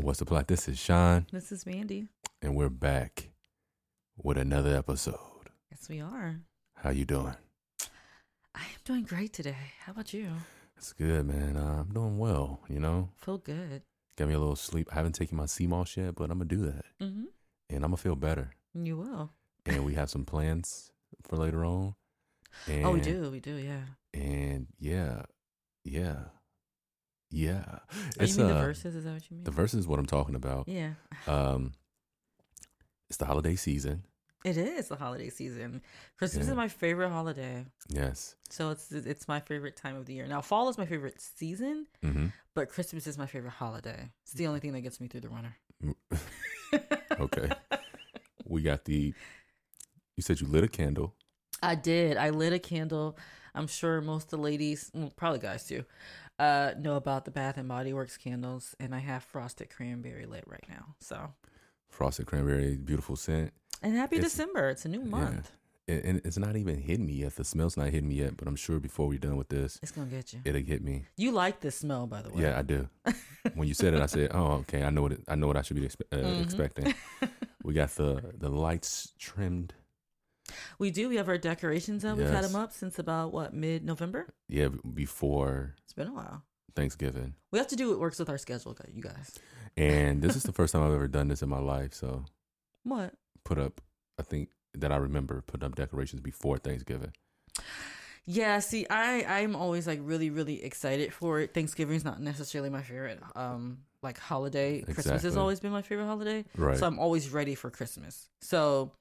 What's the plot? This is Sean, This is Mandy. and we're back with another episode. Yes, we are. How you doing? I am doing great today. How about you? It's good, man. Uh, I'm doing well. You know, Feel good. got me a little sleep. I haven't taken my CMOS yet, but I'm gonna do that, hmm and I'm gonna feel better. You will. And we have some plans for later on. And, oh, we do. We do. Yeah. And yeah, yeah, yeah. Oh, you mean the uh, verses? Is that what you mean? The verse is what I'm talking about. yeah. Um, it's the holiday season. It is the holiday season. Christmas Yeah. is my favorite holiday, Yes. so it's it's my favorite time of the year. Now, fall is my favorite season, Mm-hmm. but Christmas is my favorite holiday. It's the only thing that gets me through the winter. Okay. we got the. You said you lit a candle. I did. I lit a candle. I'm sure most of the ladies, well, probably guys too, uh, know about the Bath and Body Works candles, and I have frosted cranberry lit right now. So, Frosted cranberry, beautiful scent. and happy It's- December! It's a new month. And, and it's not even hitting me yet. The smell's not hitting me yet, but I'm sure before we're done with this, It's gonna get you. it'll hit me. You like this smell, by the way. Yeah, I do. when you said it, I said, "Oh, okay. I know what it, I know what I should be expe- uh, expecting." We got the the lights trimmed. we do. We have our decorations up. We've had Yes. them up since about what mid November. Yeah, b- before It's been a while. Thanksgiving, We have to do what works with our schedule, gu- you guys. and this is the first time I've ever done this in my life. So What? put up, I think that I remember putting up decorations before Thanksgiving. Yeah, see, I I'm always like really really excited for it. Thanksgiving's not necessarily my favorite um like holiday. Christmas has Exactly. always been my favorite holiday, Right. so I'm always ready for Christmas. So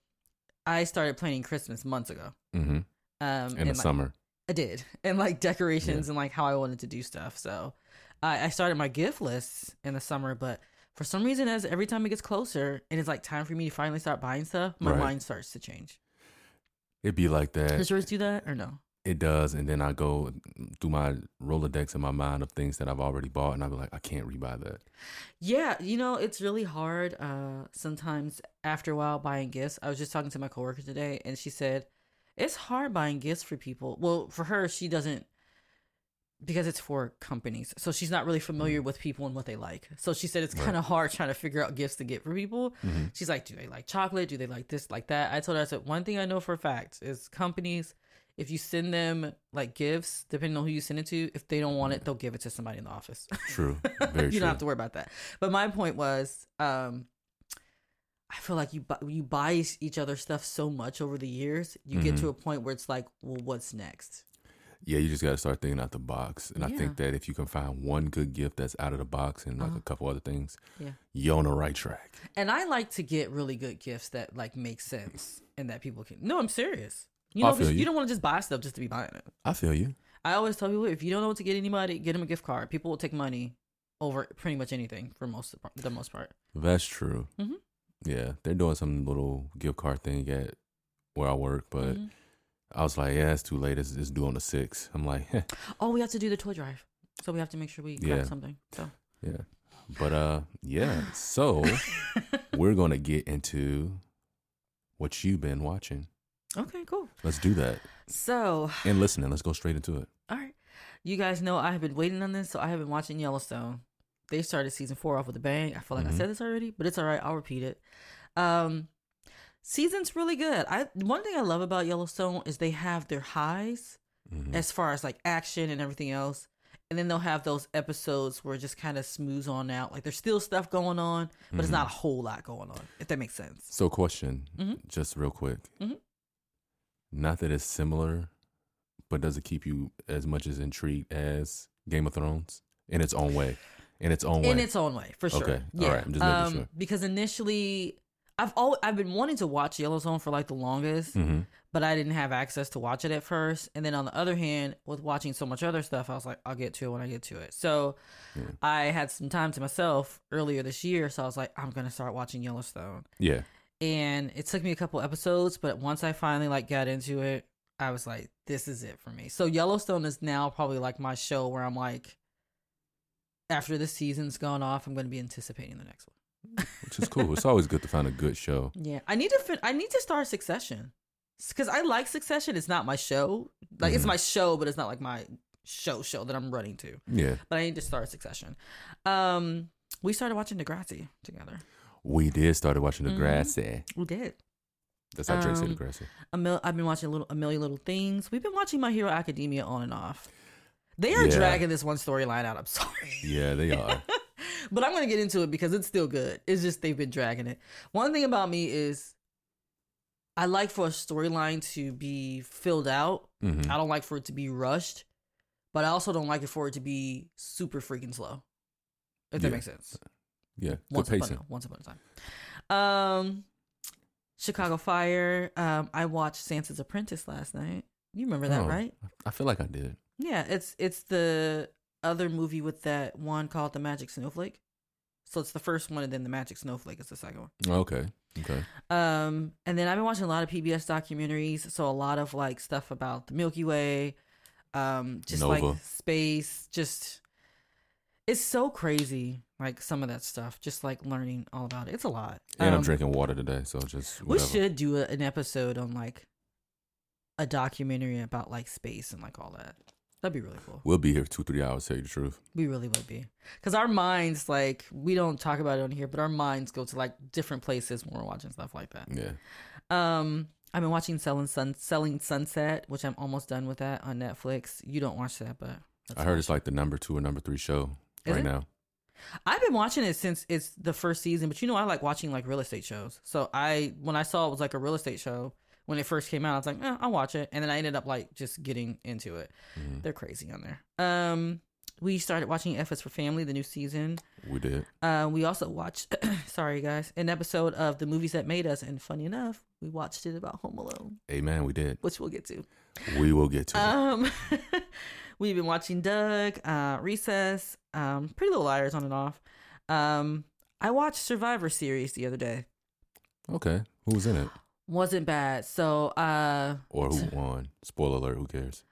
I started planning Christmas months ago. mm-hmm. Um, In the like, summer. I did, and like decorations and like how I wanted to do stuff. So I, I started my gift list in the summer, but for some reason, as every time it gets closer and it's like time for me to finally start buying stuff, my Right. mind starts to change. It'd be like that. Does yours do that or no? It does, and then I go through my Rolodex in my mind of things that I've already bought, and I'll be like, I can't rebuy that. Yeah, you know, it's really hard uh sometimes after a while buying gifts. I was just talking to my coworker today and she said it's hard buying gifts for people. Well, for her, she doesn't because it's for companies. So she's not really familiar with people and what they like. So she said it's Right. kind of hard trying to figure out gifts to get for people. Mhm. She's like, do they like chocolate? Do they like this, like that? I told her, I said, one thing I know for a fact is companies, if you send them like gifts, depending on who you send it to, if they don't want it, they'll give it to somebody in the office. True, very you true. don't have to worry about that. But my point was, um, I feel like you buy, you buy each- each other stuff so much over the years, you get Mm-hmm. to a point where it's like, well, what's next? yeah, you just got to start thinking out the box, and I Yeah. Uh-huh. think that if you can find one good gift that's out of the box and like a couple other things, Yeah. you're on the right track. And I like to get really good gifts that like make sense and that people can. No, I'm serious. You I know, 'cause feel you. you. don't want to just buy stuff just to be buying it. I feel you. I always tell people if you don't know what to get anybody, get them a gift card. People will take money over pretty much anything for most of the, the most part. That's true. Mhm. Yeah, they're doing some little gift card thing at where I work, but Mm-hmm. I was like, yeah, it's too late. It's, it's due on the sixth. I'm like, heh, Oh, we have to do the toy drive, so we have to make sure we grab Yeah. something. So yeah, but uh, yeah. So we're gonna get into what you've been watching. okay, cool. Let's do that. So And listening, let's go straight into it. all right, you guys know I have been waiting on this, so I have been watching Yellowstone. They started season four off with a bang. I feel like Mhm. I said this already, but it's all right. I'll repeat it. Um, season's really good. I one thing I love about Yellowstone is they have their highs Mhm. as far as like action and everything else. And then they'll have those episodes where it just kind of smooths on out. Like there's still stuff going on, but it's not a whole lot going on, if that makes sense. So, question, Mhm. just real quick. Mhm. Not that it's similar, but does it keep you as much as intrigued as Game of Thrones in its own way? In its own In way. its own way, for sure. Um, Okay. All right. I'm just making sure. Because initially, I've al- I've been wanting to watch Yellowstone for like the longest, hmm but I didn't have access to watch it at first. And then on the other hand, with watching so much other stuff, I was like, I'll get to it when I get to it. So Yeah. I had some time to myself earlier this year, so I was like, I'm gonna start watching Yellowstone. Yeah. and it took me a couple episodes but once i finally like got into it i was like this is it for me so yellowstone is now probably like my show where i'm like after the season's gone off i'm going to be anticipating the next Which is cool. it's always good to find a good show. one yeah i need to fin- i need to start succession because i like succession it's not my show like it's Mhm. my show but it's not like my show show that i'm running to Yeah. but i need to start succession um We started watching Degrassi together. We did started watching Mhm. Degrassi. We did. That's how Drake said Um, Degrassi. A mil- I've been watching a little a million little things. We've been watching My Hero Academia on and off. They are Yeah. dragging this one storyline out. I'm sorry. Yeah, they are. but I'm gonna get into it because it's still good. It's just they've been dragging it. One thing about me is I like for a storyline to be filled out. Mhm. I don't like for it to be rushed, but I also don't like it for it to be super freaking slow. If that Yeah. makes sense. Yeah, good Once upon, pacing. a, once upon a time. Um Chicago Fire. Um I watched Santa's Apprentice last night. You remember that, Oh. right? I feel like I did. Yeah, it's it's the other movie with that one called The Magic Snowflake. So it's the first one, and then The Magic Snowflake is the second one. Okay, okay. Um, and then I've been watching a lot of PBS documentaries, so a lot of like stuff about the Milky Way, um, just Nova. like space. Just it's so crazy, like some of that stuff. Just like learning all about it. It's a lot. And I'm Um, drinking water today, so just We whatever. should do a, an episode on like a documentary about like space and like all that. That'd be really cool. We'll be here two, three hours. Tell you the truth. We really would be. Because our minds, like, we don't talk about it on here, but our minds go to like different places when we're watching stuff like that. Yeah. Um, I've been watching Selling Sun Selling Sunset, which I'm almost done with that on Netflix. You don't watch that, but that's I heard fine. it's like the number two or number three show Is right it? now. I've been watching it since it's the first season, but you know I like watching like real estate shows. So I when I saw it was like a real estate show when it first came out, I was like, eh, I'll watch it. And then I ended up like just getting into it. Mhm. They're crazy on there. Um we started watching F is for Family, the new season. We did. Uh, we also watched, sorry guys, an episode of the movies that made us, and funny enough, we watched it about Home Alone, Amen. We did. which we'll get to. We will get to it. Um, we've been watching Doug, uh, Recess, um, Pretty Little Liars on and off. Um, I watched Survivor series the other day. Okay. Who was in it? Wasn't bad. So, uh, Or who won? Spoiler alert. Who cares?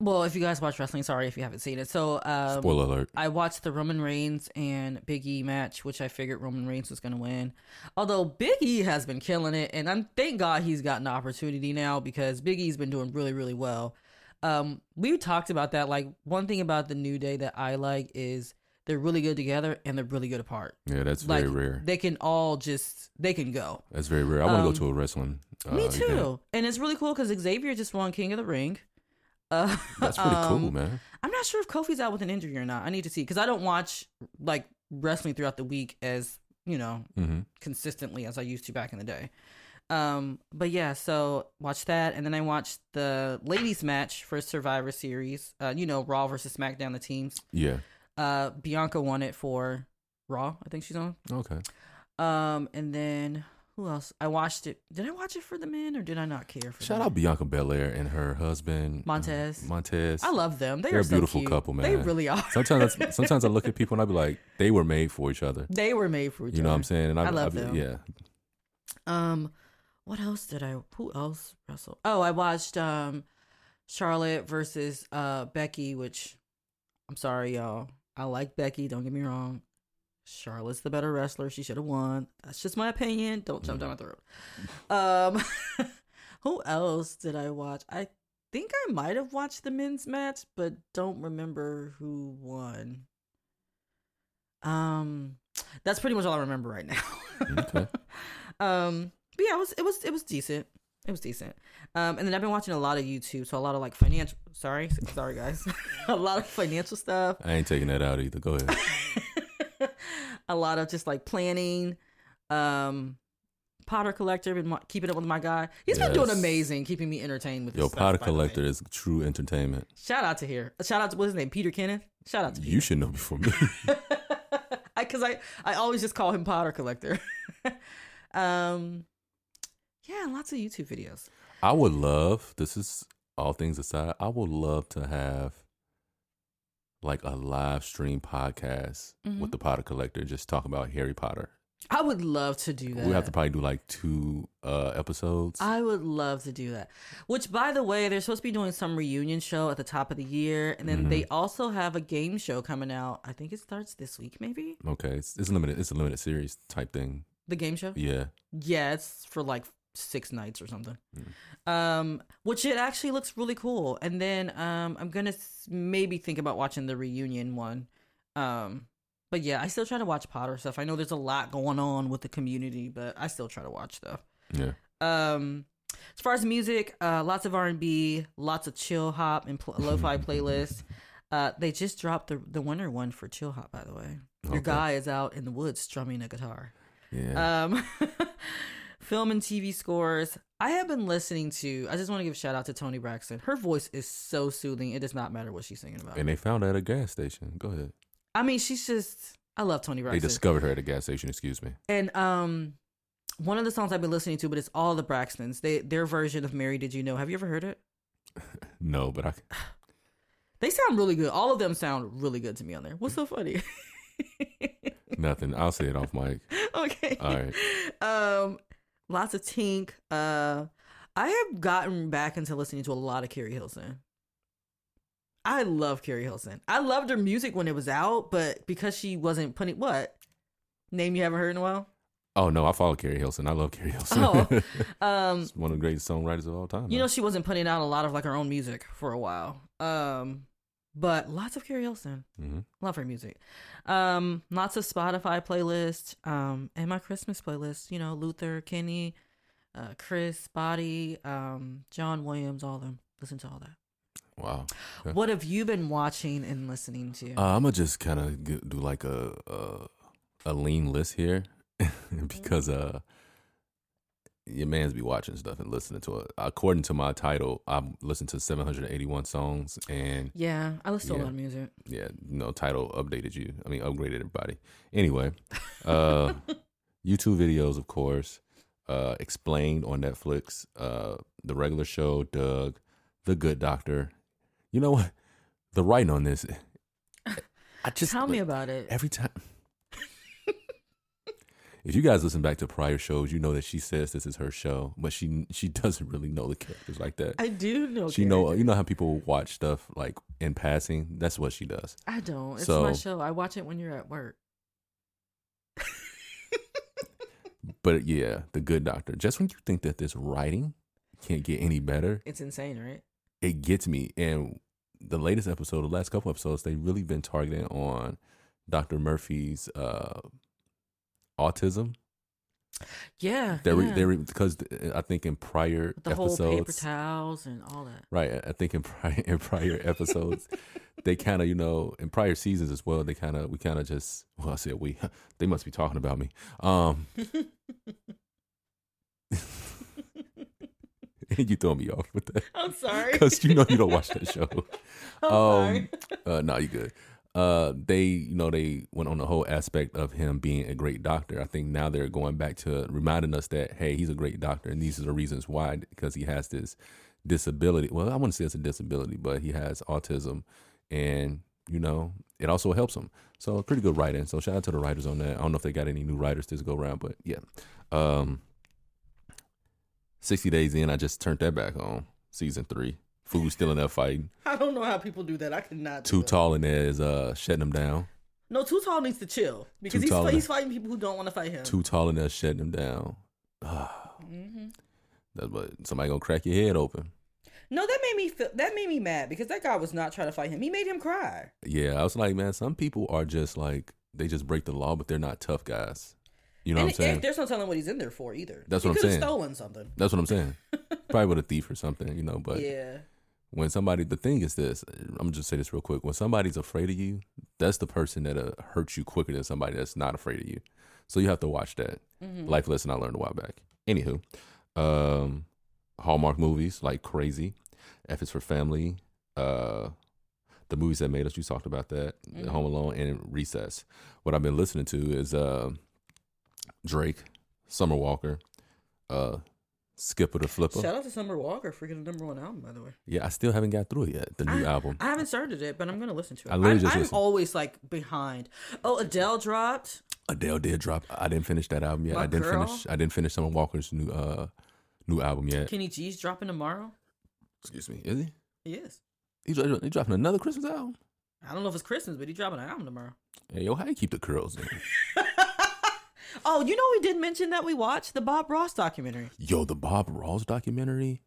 well, if you guys watch wrestling, sorry if you haven't seen it. So, um, Spoiler alert. I watched the Roman Reigns and Big E match, which I figured Roman Reigns was going to win. Although Big E has been killing it, and I'm thank God he's gotten an opportunity now because Big E's been doing really, really well. Um, we talked about that. Like one thing about the New Day that I like is they're really good together and they're really good apart. Yeah, that's Like very rare. they can all just they can go. That's very rare. I want to um, go to a wrestling. Uh, Me event. too, and it's really cool because Xavier just won King of the Ring. Uh, That's pretty cool, um, man. I'm not sure if Kofi's out with an injury or not. I need to see because I don't watch like wrestling throughout the week as you know hmm consistently as I used to back in the day. Um, but yeah, so watch that, and then I watched the ladies' match for Survivor Series. Uh, you know, Raw versus SmackDown, the teams. Yeah. Uh, Bianca won it for Raw. I think she's on. Okay. Um, and then who else? I watched it. Did I watch it for the men or did I not care for? the Shout men? out Bianca Belair and her husband uh, Montez. Montez. I love them. They They're are a so beautiful cute. couple, They man. really are. sometimes that's, sometimes I look at people and I be like, they were made for each other. they were made for each You other. know what I'm saying? And I, I love be- them. Yeah. Um, what else did I? Who else wrestled? Oh, I watched um, Charlotte versus uh Becky. Which I'm sorry, y'all. I like Becky. Don't get me wrong. Charlotte's the better wrestler. She should have won. That's just my opinion. Don't jump down my throat. Um, who else did I watch? I think I might have watched the men's match, but don't remember who won. Um, that's pretty much all I remember right now. Okay. um, but yeah, it was it was it was decent. It was decent. Um, and then I've been watching a lot of YouTube, so a lot of like financial. Sorry, sorry guys, a lot of financial stuff. I ain't taking that out either. Go ahead. a lot of just like planning. Um, Potter collector been wa- keeping up with my guy. He's been doing Yes. amazing, keeping me entertained with his Yo, stuff, Powder by the way. Collector is true entertainment. Shout out to here. Shout out to what's his name, Peter Kenneth. Shout out to You should know before me. because I, I always just call him Potter Collector. um, yeah, and lots of YouTube videos. I would love, this is all things aside, I would love to have like a live stream podcast Mm-hmm. with the Potter Collector, just talk about Harry Potter. I would love to do that. We have to probably do like two uh episodes. I would love to do that. Which, by the way, they're supposed to be doing some reunion show at the top of the year, and then Mm-hmm. they also have a game show coming out. I think it starts this week, maybe okay, it's, it's limited. It's a limited series type thing. the game show. Yeah, Yeah, it's for like six nights or something. Hmm. Um, which it actually looks really cool. And then um, I'm gonna s- maybe think about watching the reunion one. Um, But yeah, I still try to watch Potter stuff. I know there's a lot going on with the community, but I still try to watch stuff. Yeah. Um, as far as music, uh, lots of R and B, lots of chill hop and pl- lo-fi playlists. Uh, they just dropped the the winter one for chill hop, by the way. Your Okay. guy is out in the woods strumming a guitar. Yeah. Um, film and TV scores. I have been listening to. I just want to give a shout out to Tony Braxton. Her voice is so soothing. It does not matter what she's singing about. and they found her at a gas station. Go ahead. I mean, she's just. I love Tony They Braxton. discovered her at a gas station. Excuse me. And um, one of the songs I've been listening to, but it's all the Braxtons. They their version of "Mary Did You Know." Have you ever heard it? No, but I. They sound really good. All of them sound really good to me on there. What's so funny? Nothing. I'll say it off mic. okay. All right. Um, lots of Tink. Uh, I have gotten back into listening to a lot of Carrie Hilson. I love Carrie Hilson. I loved her music when it was out, but because she wasn't putting what name you haven't heard in a while. Oh no, I follow Carrie Hilson. I love Carrie Hilson. Oh. Um, She's one of the greatest songwriters of all time. You know, she wasn't putting out a lot of like her own music for a while. Um, but lots of Carrie Hilson. Mhm. Love her music. Um, lots of Spotify playlists. Um, and my Christmas playlist. You know, Luther, Kenny, uh, Chris, Body, um, John Williams, all of them. Listen to all that. wow. Okay. What have you been watching and listening to? Uh, I'm gonna just kind of do like a, a a lean list here because uh your man's be watching stuff and listening to it. According to my title, I'm listening to 781 songs, and yeah, I listen to a yeah. lot of music. yeah, no title updated you. I mean, upgraded everybody. Anyway, uh, YouTube videos, of course. Uh, explained on Netflix. Uh, the regular show, Doug, The Good Doctor. You know what? The writing on this. I just Tell me like, about it. every time. if you guys listen back to prior shows, you know that she says this is her show, but she she doesn't really know the characters like that. I do know. She know characters. you know how people watch stuff like in passing. That's what she does. I don't. It's my So- show. I watch it when you're at work. But yeah, the good doctor. Just when you think that this writing can't get any better, It's insane, right? it gets me. And the latest episode, the last couple episodes, they've really been targeting on Dr. Murphy's uh, autism. Yeah. They're yeah. re- they're because I think in prior Uh-huh. the episodes, whole paper towels and all that. Right. I- I think in prior, in prior episodes, they kind of, you know, in prior seasons as well, they kind of, we kind of just, well, I said we, they must be talking about me. Um, you throw me off with that I'm sorry. because you know you don't watch that show. I'm Um, uh, no, you good. Uh, they, you know, they went on the whole aspect of him being a great doctor. I think now they're going back to reminding us that hey, he's a great doctor, and these are the reasons why because he has this disability. Well, I wouldn't say it's a disability, but he has autism, and you know, it also helps him. So pretty good writing. So shout out to the writers on that. I don't know if they got any new writers this go around, but yeah. Um, sixty days in, I just turned that back on season three. Food still in there fighting. I don't know how people do that. I cannot. do Too that. tall in there is uh shutting him down. No, too tall needs to chill because Too he's Tall fi- and- he's fighting people who don't want to fight him. Too tall in there shutting him down. Ah. Mhm. That's what somebody gonna crack your head open. No, that made me feel. That made me mad because that guy was not trying to fight him. He made him cry. Yeah, I was like, man, some people are just like they just break the law, but they're not tough guys. You know what I'm and it- it- saying? there's no telling what he's in there for either. That's he what I'm could've saying. Stolen something. That's what I'm saying. Probably with a thief or something, you know. But yeah. when somebody, the thing is this, I'm gonna just say this real quick. When somebody's afraid of you, that's the person that'll hurt you quicker than somebody that's not afraid of you. So you have to watch that. Life lesson I learned a while back. Anywho, um, Hallmark movies like crazy. F is for family. Uh, the movies that made us. You talked about that. Home Alone and Recess. What I've been listening to is uh, Drake, Summer Walker, uh, Skipper the Flipper. Shout out to Summer Walker for getting the number one album, by the way. Yeah, I still haven't got through it yet. The new album. I haven't started it, but I'm gonna listen to it. I literally I'm, just I'm listened. always like behind. Oh, Adele dropped. Adele did drop. I didn't finish that album yet. My I didn't girl. finish. I didn't finish Summer Walker's new uh new album yet. Kenny G's dropping tomorrow. Excuse me. Is he? Yes. He, dro- he dropping another Christmas album? I don't know if it's Christmas, but he's dropping an album tomorrow. Hey, yo, how you keep the curls in? Oh, you know we did mention that we watched the Bob Ross documentary. yo, the Bob Ross documentary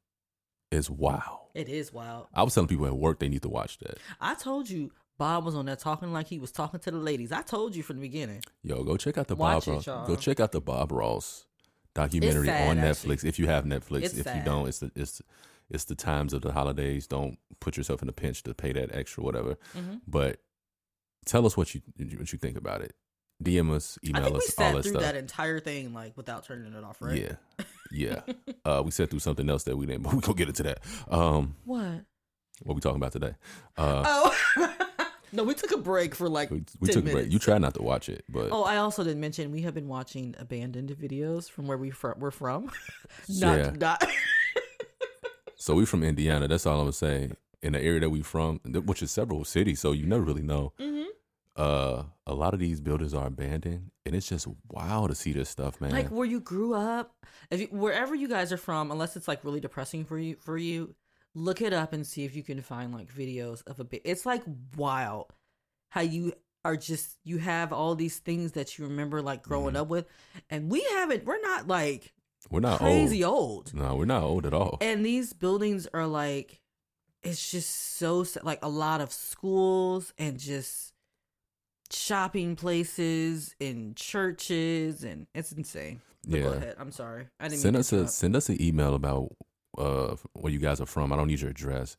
is wow. It is wild. I was telling people at work they need to watch that. I told you Bob was on there talking like he was talking to the ladies. I told you from the beginning. Yo, go check out the Watch Bob it, Ross. y'all. Go check out the Bob Ross documentary sad, on actually. Netflix. If you have Netflix, It's if you sad. don't, it's the it's it's the times of the holidays. Don't put yourself in a pinch to pay that extra whatever. Mhm. But tell us what you what you think about it. DM us, I email think we us, all sat that through stuff. that entire thing like without turning it off, right? Yeah, yeah. uh, we sat through something else that we didn't, but we gonna get into that. Um, What? what we talking about today? Uh, Oh. no, we took a break for like we, we 10 took a break. minutes. You try not to watch it, but Oh, I also didn't mention we have been watching abandoned videos from where we fr- we're from. not Yeah. not So we from Indiana. That's all I'm gonna say. In the area that we from, th- which is several cities, so you never really know. Mhm. Uh, a lot of these buildings are abandoned, and it's just wild to see this stuff, man. like where you grew up. If you, wherever you guys are from, unless it's like really depressing for you for you, look it up and see if you can find like videos of a bit. It's like wild how you are just you have all these things that you remember like growing up with, and we haven't. We're not like we're Mm-hmm. not crazy old. old. No, we're not old at all. and these buildings are like it's just so s- like a lot of schools and just shopping places and churches and it's insane But go Yeah. ahead i'm sorry i didn't Send mean us to a interrupt. send us an email about uh where you guys are from. I don't need your address.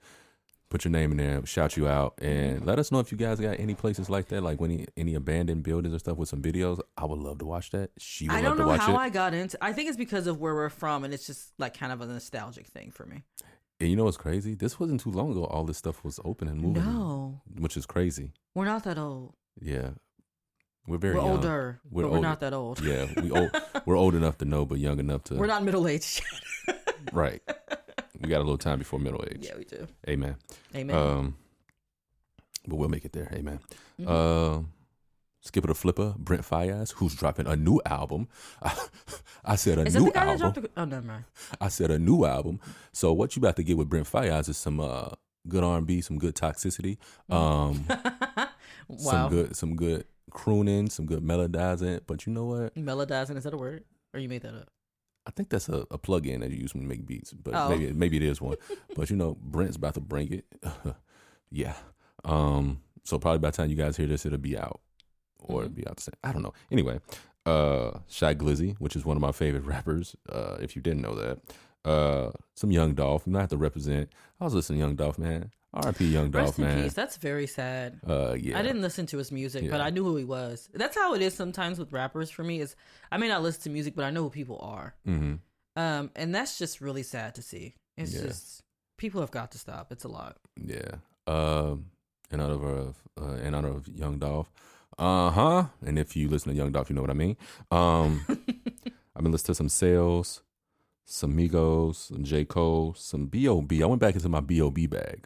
Put your name in there, shout you out, and let us know if you guys got any places like that, like any any abandoned buildings or stuff with some videos. I would love to watch that. She would i love don't to know watch how it. i got into i think it's because of where we're from and it's just like kind of a nostalgic thing for me And you know what's crazy? This wasn't too long ago. All this stuff was open and moving, no which is crazy. we're not that old Yeah, we're very we're young. older We're but older. we're not that old Yeah, we old, we're old enough to know, but young enough to we're not middle-aged right. We got a little time before middle age. yeah we do Amen. amen Um, but we'll make it there. Amen. Um, Mhm. skipper the flipper, Brent Fias, who's dropping a new album. I, said a is that new the guy album. that dropped the oh never mind I said a new album. So what you about to get with Brent Fayez is some uh, good R and B, some good toxicity, um, wow some good some good crooning, some good melodizing. But you know what? Melodizing, is that a word? Or you made that up? I think that's a, a plug-in that you use when you make beats, but Oh. maybe maybe it is one. but you know, Brent's about to bring it. yeah. Um. So probably by the time you guys hear this, it'll be out, or Mm-hmm. it'll be out the same. I don't know. Anyway, uh, Shy Glizzy, which is one of my favorite rappers. Uh, if you didn't know that, uh, some Young Dolph. You know, I have to represent. I was listening to Young Dolph, man. R.I.P. Young Dolph, Rest in man. peace. That's very sad. Uh, yeah. I didn't listen to his music, but Yeah. I knew who he was. That's how it is sometimes with rappers for me is I may not listen to music, but I know who people are. hmm Um, and that's just really sad to see. It's Yeah. just people have got to stop. It's a lot. Yeah. Um, in honor of uh, in honor of Young Dolph. Uh huh. And if you listen to Young Dolph, you know what I mean. Um, I've been listening to some sales, some Migos, some J Cole, some B O B. I went back into my B O B bag.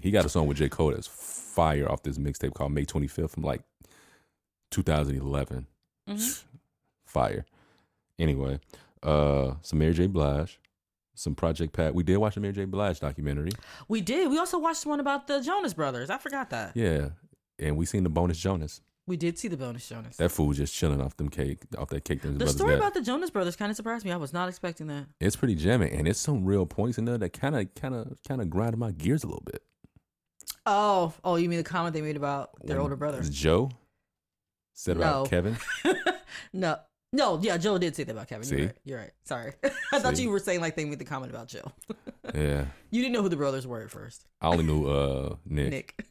He got a song with J Cole that's fire off this mixtape called May Twenty Fifth from like 2011. Mhm. Fire. Anyway, uh, some Mary J Blige, some Project Pat. We did watch a Mary J Blige documentary. We did. We also watched one about the Jonas Brothers. I forgot that. Yeah, and we seen the bonus Jonas. We did see the bonus Jonas. That fool just chilling off them cake, off that cake. That his the brother's story got. about the Jonas Brothers kind of surprised me. I was not expecting that. it's pretty jamming, and it's some real points in there that kind of, kind of, kind of grind my gears a little bit. Oh, oh, you mean the comment they made about their When older brother? Joe said about No. Kevin. no. No, yeah, Joe did say that about Kevin. See? You're right. You're right. Sorry. I thought See? you were saying like they made the comment about Joe. yeah, You didn't know who the brothers were at first. I only knew uh, Nick, Nick.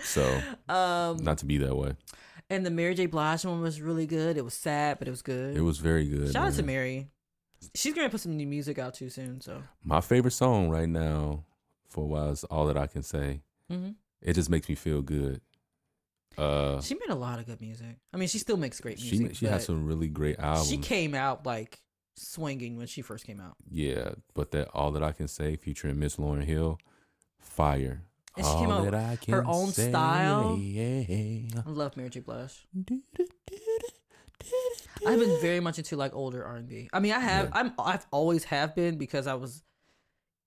so Um not to be that way. and the Mary J. Blige one was really good. It was sad, but it was good. It was very good. Shout out to man. Mary. She's gonna put some new music out too soon, so My favorite song right now, for a while, is all that I can say. Mhm. It just makes me feel good. Uh, she made a lot of good music. I mean, she still makes great she music. she has but some really great albums. She came out like swinging when she first came out, Yeah, but that all that I can say featuring Miss Lauren Hill, fire. and she came All out. that I can own say, style. yeah. I love Mary J. Blige. I've been very much into like older R and B. I mean, I have. Yeah. I'm. I've always have been because I was.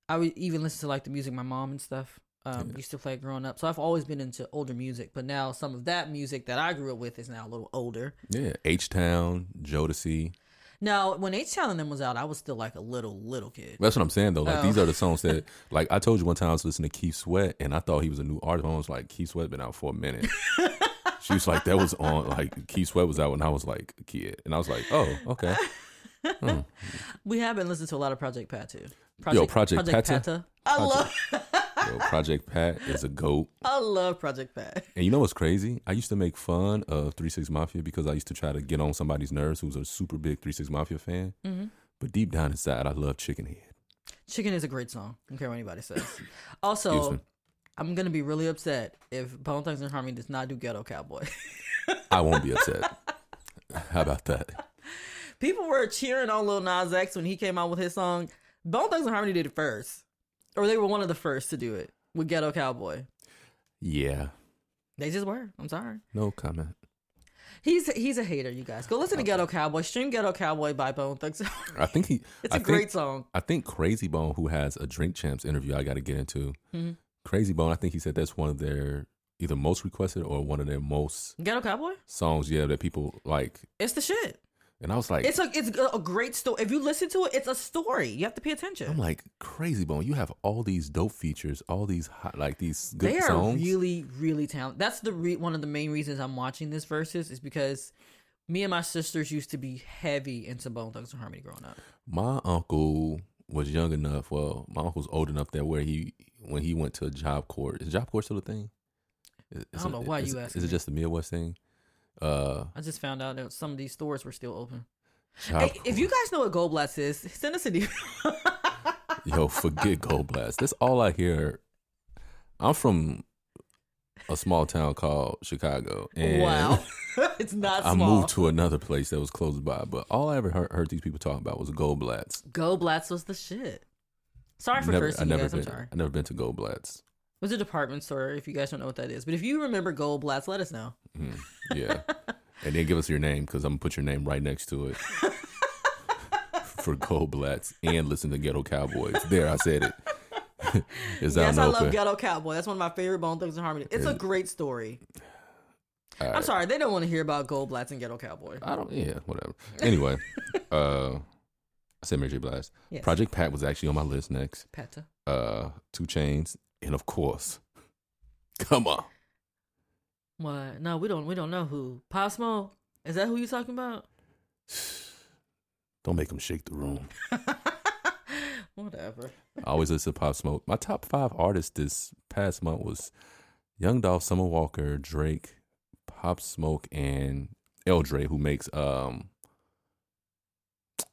I would even listen to like the music my mom and stuff um, Yeah. used to play growing up. So I've always been into older music. But now some of that music that I grew up with is now a little older. Yeah, H Town, Jodeci. No, when H Town and them was out, I was still like a little little kid. That's what I'm saying though. Like Oh. these are the songs that, like I told you one time, I was listening to Keith Sweat, and I thought he was a new artist. I was like, Keith Sweat been out for a minute. she was like, that was on like Keith Sweat was out when I was like a kid, and I was like, oh okay. We have been listening to a lot of Project Pat too. Project Pata? I Project- love Yo, Project Pat is a goat. I love Project Pat. And you know what's crazy? I used to make fun of Three Six Mafia because I used to try to get on somebody's nerves who's a super big Three Six Mafia fan. Mm-hmm. But deep down inside, I love Chicken Head. Chicken is a great song. I don't care what anybody says. Also, me. I'm gonna be really upset if Bone Thugs and Harmony does not do Ghetto Cowboy. I won't be upset. How about that? People were cheering on Lil Nas X when he came out with his song. Bone Thugs and Harmony did it first, or they were one of the first to do it with Ghetto Cowboy. Yeah. They just were. I'm sorry. No comment. He's he's a hater, you guys. Go listen to Ghetto Cowboy. Stream Ghetto Cowboy by Bone Thugs. and Harmony. I think he. It's I a think- great song. I think Crazy Bone, who has a Drink Champs interview, I got to get into. Mm-hmm. Crazy Bone, I think he said that's one of their either most requested or one of their most Ghetto Cowboy. songs. Yeah, that people like. It's the shit. And I was like, It's a it's a- a great story. If you listen to it, it's a story. You have to pay attention. I'm like Crazy Bone. You have all these dope features, all these hot, like these good they are songs. really really talented that's the re- one of the main reasons i'm watching this versus is because me and my sisters used to be heavy into bone thugs and harmony growing up my uncle was young enough. Well, my uncle's old enough that where he when he went to job court is job court still a thing? Is- is don't know why is- you asking Is it me. just the Midwest thing? Uh, i just found out that some of these stores were still open job hey, if you guys know what goldblatt is send us an email Yo, forget Gold Blast. That's all I hear. I'm from a small town called Chicago. And wow it's not I small moved to another place that was close by, but all I ever heard, heard these people talk about was Gold Blats. goldblatt's was the shit sorry for Never, I cursing you never guys i'm been. sorry I never been to Gold Blats. it was a department store if you guys don't know what that is but if you remember goldblatt's let us know Yeah, and then give us your name because I'm gonna put your name right next to it for Gold Blats and listen to Ghetto Cowboys. There, I said it. Is that yes i open? love ghetto cowboy that's one of my favorite bone thugs and harmony it's a great story All I'm right. sorry, they don't want to hear about Goldblatt's and Ghetto Cowboy. I don't. Yeah, whatever. Anyway, uh, I said Mary J. Blige. Yes. Project Pat was actually on my list next. Pata. Uh, Two Chains, and of course, come on. What? No, we don't. We don't know who. Posmo. Is that who you talking about? Don't make them shake the room. Whatever. I always listen to Pop Smoke. My top five artists this past month was Young Dolph, Summer Walker, Drake, Pop Smoke, and El Dre, who makes um,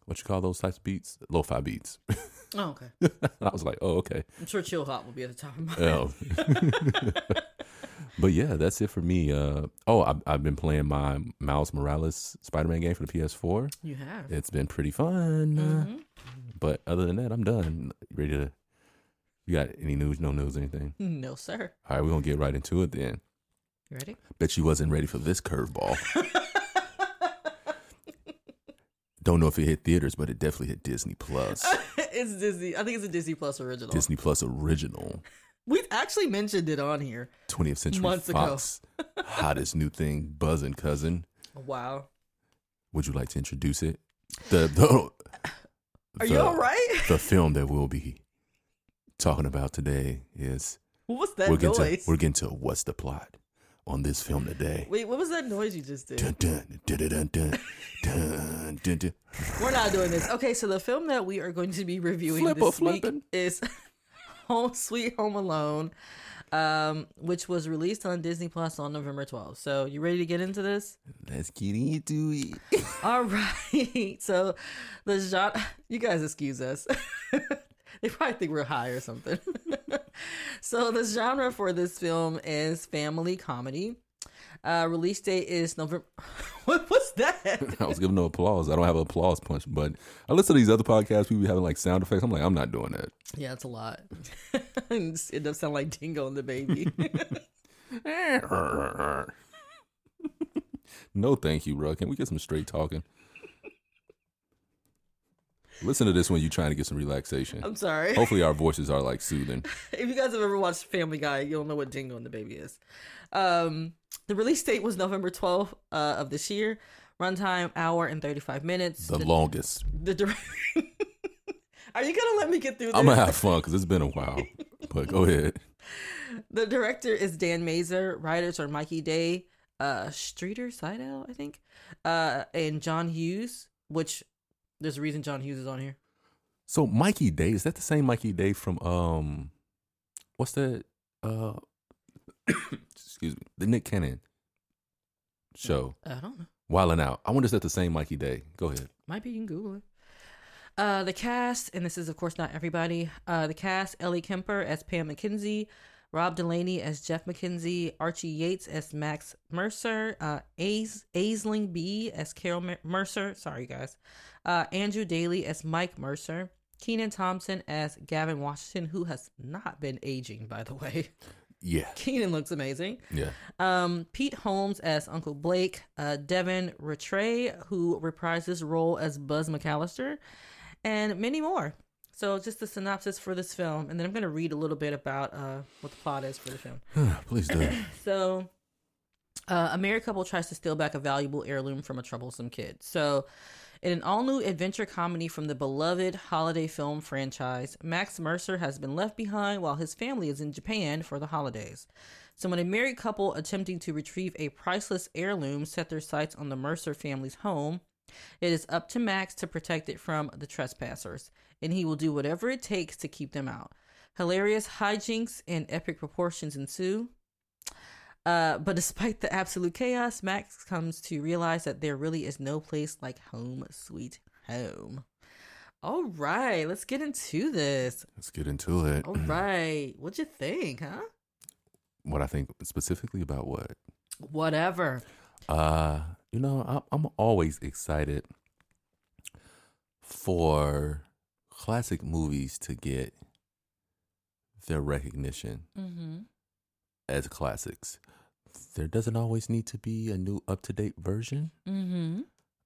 what you call those types of beats? Lo-fi beats. Oh, okay. I was like, oh okay. I'm sure Chill Hot will be at the top of my. Oh. but yeah, that's it for me. Uh, oh, I, I've been playing my Miles Morales Spider Man game for the PS4. You have. It's been pretty fun. hmm But other than that, I'm done. You ready to? You got any news? No news? Anything? No, sir. All right, we're gonna get right into it then. You ready? Bet you wasn't ready for this curveball. Don't know if it hit theaters, but it definitely hit Disney Plus. Oh. it's Disney. I think it's a Disney Plus original. Disney Plus original, We've actually mentioned it on here. 20th Century Months ago. Fox, hottest new thing, buzzing cousin. Oh, Wow. Would you like to introduce it? The the Are the, you all right? the film that we'll be talking about today is What was that we're getting to, noise? we're getting to what's the plot on this film today. Wait, what was that noise you just did? Dun, dun, dun, dun, dun, dun, dun, dun, dun. We're not doing this. Okay, so the film that we are going to be reviewing Flip a this week flippin'. is Home Sweet Home Alone, um, which was released on Disney Plus on November 12th. So, you ready to get into this? Let's get into it. All right. So, the genre, you guys excuse us. they probably think we're high or something. so, the genre for this film is family comedy. Uh, release date is November. what was that? I was giving no applause. I don't have an applause punch, but I listen to these other podcasts. We be having like sound effects. I'm like, I'm not doing that. Yeah, it's a lot. and just end up sounding like Dingo and the Baby. no, thank you, bro. Can we get some straight talking? Listen to this when you're trying to get some relaxation. I'm sorry. Hopefully, our voices are like soothing. If you guys have ever watched Family Guy, you'll know what Dingo and the Baby is. Um, the release date was November 12th uh, of this year. Runtime hour and thirty five minutes. The longest. the direct. Are you gonna let me get through this? I'm gonna have fun because it's been a while. but go ahead. The director is Dan Mazer. Writers are Mikey Day, uh, Streeter Seidel, I think, uh, and John Hughes. Which there's a reason John Hughes is on here. So Mikey Day is that the same Mikey Day from um, what's that? Uh, excuse me, the Nick Cannon show I don't know. Wildin' Out. I wonder is that the same Mikey Day? Go ahead. Might be you can Google it. Uh, the cast, and this is of course not everybody. Uh, the cast: Ellie Kemper as Pam McKenzie, Rob Delaney as Jeff McKenzie, Archie Yates as Max Mercer, uh, Ace Aisling B as Carol Mer- Mercer. Sorry guys, uh, Andrew Daly as Mike Mercer, Keenan Thompson as Gavin Washington, who has not been aging by the way. Yeah, Keenan looks amazing. yeah. Um, Pete Holmes as Uncle Blake, uh, Devin Rattray, who reprised his role as Buzz McAllister, and many more. So, just the synopsis for this film, and then I'm going to read a little bit about uh, what the plot is for the film. Please do. So, uh, a married couple tries to steal back a valuable heirloom from a troublesome kid. So, in an all new adventure comedy from the beloved holiday film franchise, Max Mercer has been left behind while his family is in Japan for the holidays. So, when a married couple attempting to retrieve a priceless heirloom set their sights on the Mercer family's home, it is up to Max to protect it from the trespassers, and he will do whatever it takes to keep them out. Hilarious hijinks and epic proportions ensue. Uh, but despite the absolute chaos, Max comes to realize that there really is no place like home sweet home. All right, let's get into this. Let's get into it. All right, what'd you think, huh? What I think specifically about what? Whatever. Uh, you know, I, I'm always excited for classic movies to get their recognition Mm-hmm. as classics. There doesn't always need to be a new up to date version. Mm-hmm.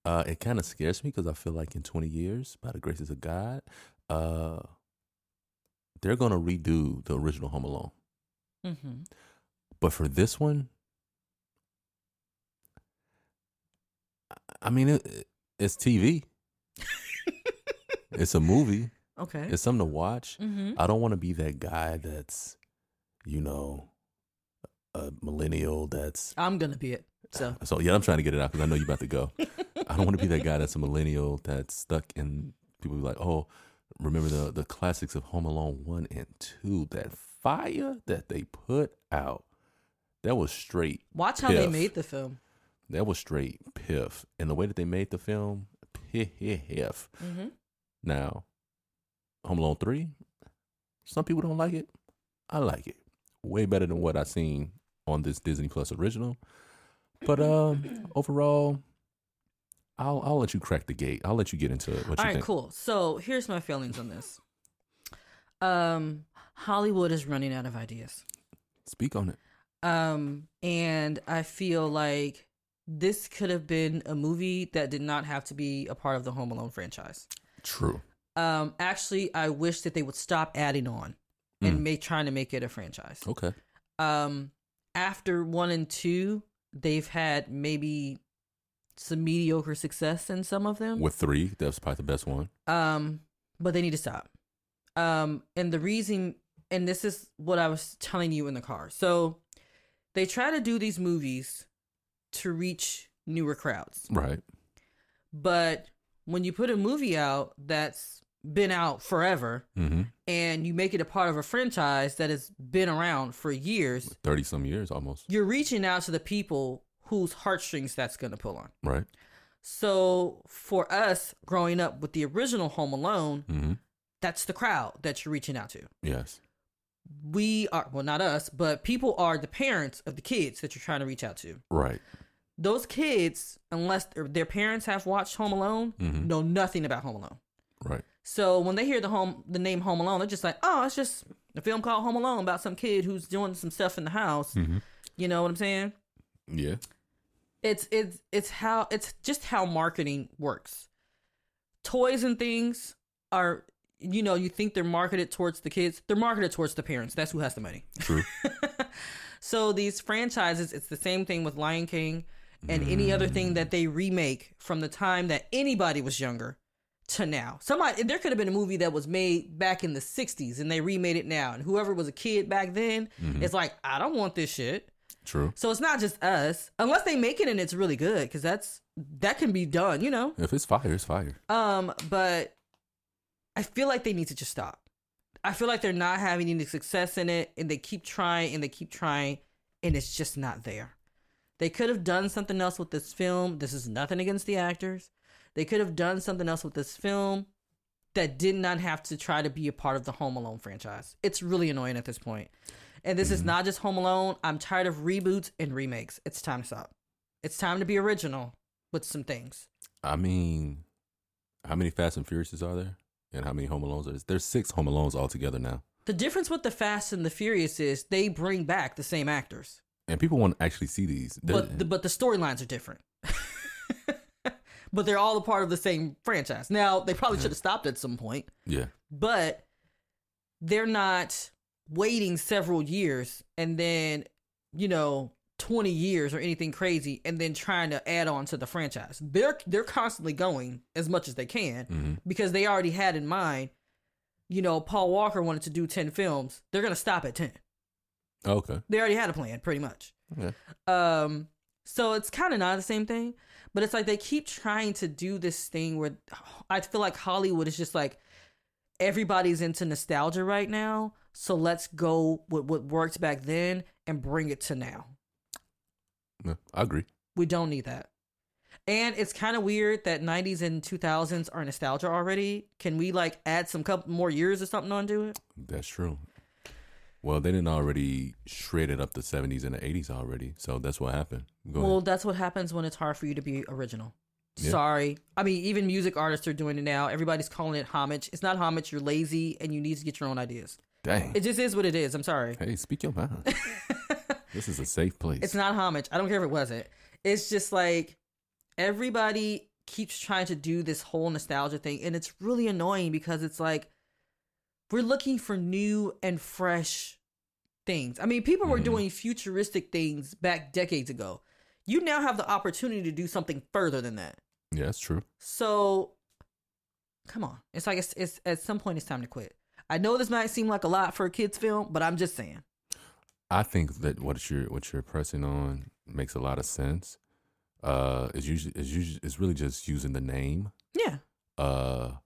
Uh, it kind of scares me because I feel like in 20 years, by the graces of God, uh, they're going to redo the original Home Alone. Mm-hmm. But for this one, I- I mean, it, it's TV. it's a movie. Okay. It's something to watch. Mm-hmm. I don't want to be that guy that's, you know, a millennial that's. I'm gonna be it. So. So, yeah, I'm trying to get it out because I know you're about to go. I don't want to be that guy that's a millennial that's stuck in. People be like, oh, remember the, the classics of Home Alone 1 and 2. That fire that they put out, that was straight Watch how they Piff. made the film. that was straight piff. And the way that they made the film, piff. Mm-hmm. Now, Home Alone 3, some people don't like it. I like it. Way better than what I seen on this Disney Plus original. But um overall, I'll I'll let you crack the gate. I'll let you get into it. What you All right, think? cool. So here's my feelings on this. Um, Hollywood is running out of ideas. Speak on it. Um, and I feel like this could have been a movie that did not have to be a part of the Home Alone franchise. True. Um, actually, I wish that they would stop adding on and make trying to make it a franchise. Okay. Um, after one and two, they've had maybe some mediocre success in some of them. With three, that's probably the best one. um but they need to stop um and the reason and this is what i was telling you in the car so they try to do these movies to reach newer crowds Right. but when you put a movie out that's been out forever Mm-hmm. and you make it a part of a franchise that has been around for years Thirty some years almost. you're reaching out to the people whose heartstrings that's going to pull on Right. so for us growing up with the original home alone Mm-hmm. that's the crowd that you're reaching out to Yes. we are well not us but people are the parents of the kids that you're trying to reach out to Right. those kids unless their, their parents have watched home alone Mhm. know nothing about home alone Right. so when they hear the home the name home alone they're just like oh it's just a film called home alone about some kid who's doing some stuff in the house Mhm. you know what i'm saying Yeah. it's it's it's how it's just how marketing works toys and things are you know you think they're marketed towards the kids they're marketed towards the parents that's who has the money True. So these franchises, it's the same thing with Lion King. and any other thing that they remake from the time that anybody was younger to now. Somebody there could have been a movie that was made back in the 60s and they remade it now and whoever was a kid back then is like, "I don't want this shit." True. So it's not just us. Unless they make it and it's really good cuz that's that can be done, you know. If it's fire, it's fire. Um, but I feel like they need to just stop. I feel like they're not having any success in it, and they keep trying and they keep trying, and it's just not there. They could have done something else with this film. This is nothing against the actors. They could have done something else with this film that did not have to try to be a part of the Home Alone franchise. It's really annoying at this point. And this is not just Home Alone. I'm tired of reboots and remakes. It's time to stop. It's time to be original with some things. I mean, how many Fast and Furiouses are there? And how many Home Alones are there? There's six Home Alones altogether now. The difference with the Fast and the Furious is they bring back the same actors, And people want to actually see these. They're- but the, but the storylines are different. but they're all a part of the same franchise. Now they probably should have stopped at some point, yeah. but they're not waiting several years and then you know 20 years or anything crazy and then trying to add on to the franchise they're they're constantly going as much as they can Mhm. because they already had in mind you know paul walker wanted to do 10 films they're gonna stop at 10 Oh, Okay. they already had a plan pretty much Okay. um so it's kind of not the same thing but it's like they keep trying to do this thing where i feel like hollywood is just like everybody's into nostalgia right now so let's go with what worked back then and bring it to now Yeah, I agree. we don't need that and it's kind of weird that 90s and 2000s are nostalgia already can we like add some couple more years or something onto it That's true. Well, they didn't already shredded up the 70s and the 80s already. So that's what happened. Go Well, ahead. that's what happens when it's hard for you to be original. Yeah. Sorry. I mean, even music artists are doing it now. Everybody's calling it homage. It's not homage. You're lazy and you need to get your own ideas. Dang. It just is what it is. I'm sorry. Hey, speak your mind. this is a safe place. It's not homage. I don't care if it wasn't. It's just like everybody keeps trying to do this whole nostalgia thing. And it's really annoying because it's like we're looking for new and fresh things. I mean, people were Mhm. doing futuristic things back decades ago. You now have the opportunity to do something further than that. yeah, that's true. So, come on. It's like it's, it's at some point it's time to quit. I know this might seem like a lot for a kids film, but I'm just saying. I think that what you're what you're pressing on makes a lot of sense. Uh, it's usually it's usually it's really just using the name. Yeah, Uh, but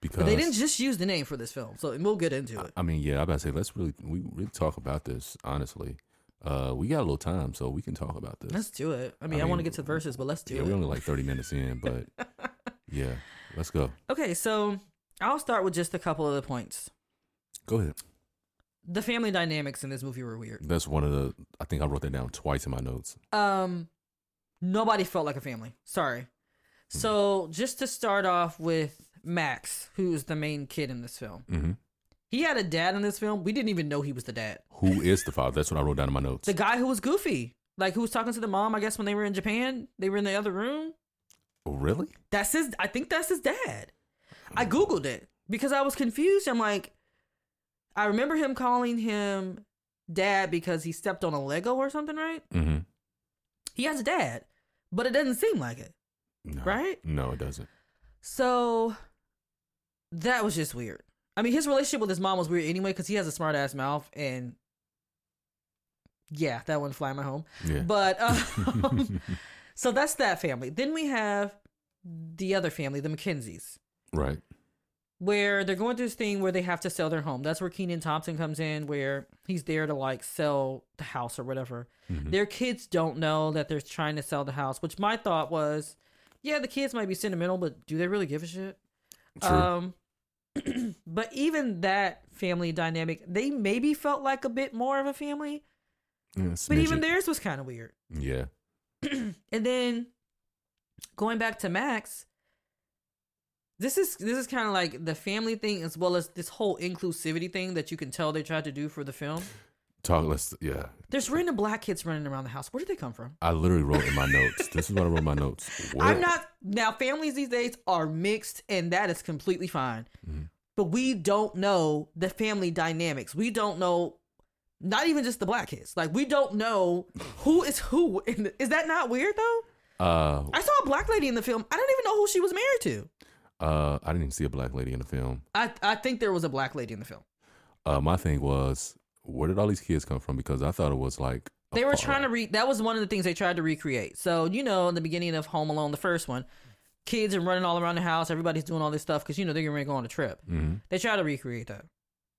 because they didn't just use the name for this film, so we'll get into I, it. I mean, yeah, I about to say let's really we really talk about this honestly. Uh, we got a little time, so we can talk about this. Let's do it. I mean, I, mean, want to get to verses, but let's do yeah, it. we're only like thirty minutes in, but yeah, let's go. Okay, so I'll start with just a couple of the points. Go ahead. The family dynamics in this movie were weird. That's one of the. I think I wrote that down twice in my notes. Um, nobody felt like a family. Sorry. So just to start off with Max, who's the main kid in this film. hmm He had a dad in this film. We didn't even know he was the dad. Who is the father? That's what I wrote down in my notes. The guy who was goofy, like who was talking to the mom, I guess when they were in Japan, they were in the other room. Oh, really? That's his I think that's his dad. I googled it because I was confused. I'm like I remember him calling him dad because he stepped on a Lego or something, right? Mm-hmm. He has a dad, but it doesn't seem like it. No. Right? No, it doesn't. So that was just weird. I mean, his relationship with his mom was weird anyway because he has a smart ass mouth and yeah, that wouldn't fly in my home. Yeah. But um, so that's that family. Then we have the other family, the McKenzie's, right. where they're going through this thing where they have to sell their home. That's where Keenan Thompson comes in, where he's there to like sell the house or whatever. Mhm. Their kids don't know that they're trying to sell the house, which my thought was, yeah, the kids might be sentimental, but do they really give a shit? True. Um, but even that family dynamic, they maybe felt like a bit more of a family, Yeah, but even smidgen. theirs was kind of weird. Yeah. And then going back to Max, this is this is kind of like the family thing as well as this whole inclusivity thing that you can tell they tried to do for the film. Talk. Let's. Yeah. There's random black kids running around the house. Where did they come from? I literally wrote in my notes. This is what I wrote in my notes. Where- I'm not now. Families these days are mixed, and that is completely fine. Mhm. But we don't know the family dynamics. We don't know, not even just the black kids. Like we don't know who is who. in the- Is that not weird though? Uh, I saw a black lady in the film. I don't even know who she was married to. uh, I didn't even see a black lady in the film. I I think there was a black lady in the film. Uh, my thing was, where did all these kids come from? Because I thought it was like a They were far- trying to re. That was one of the things they tried to recreate. So you know, in the beginning of Home Alone, the first one, kids are running all around the house. Everybody's doing all this stuff because you know they're going to go on a trip. Mhm. They try to recreate that,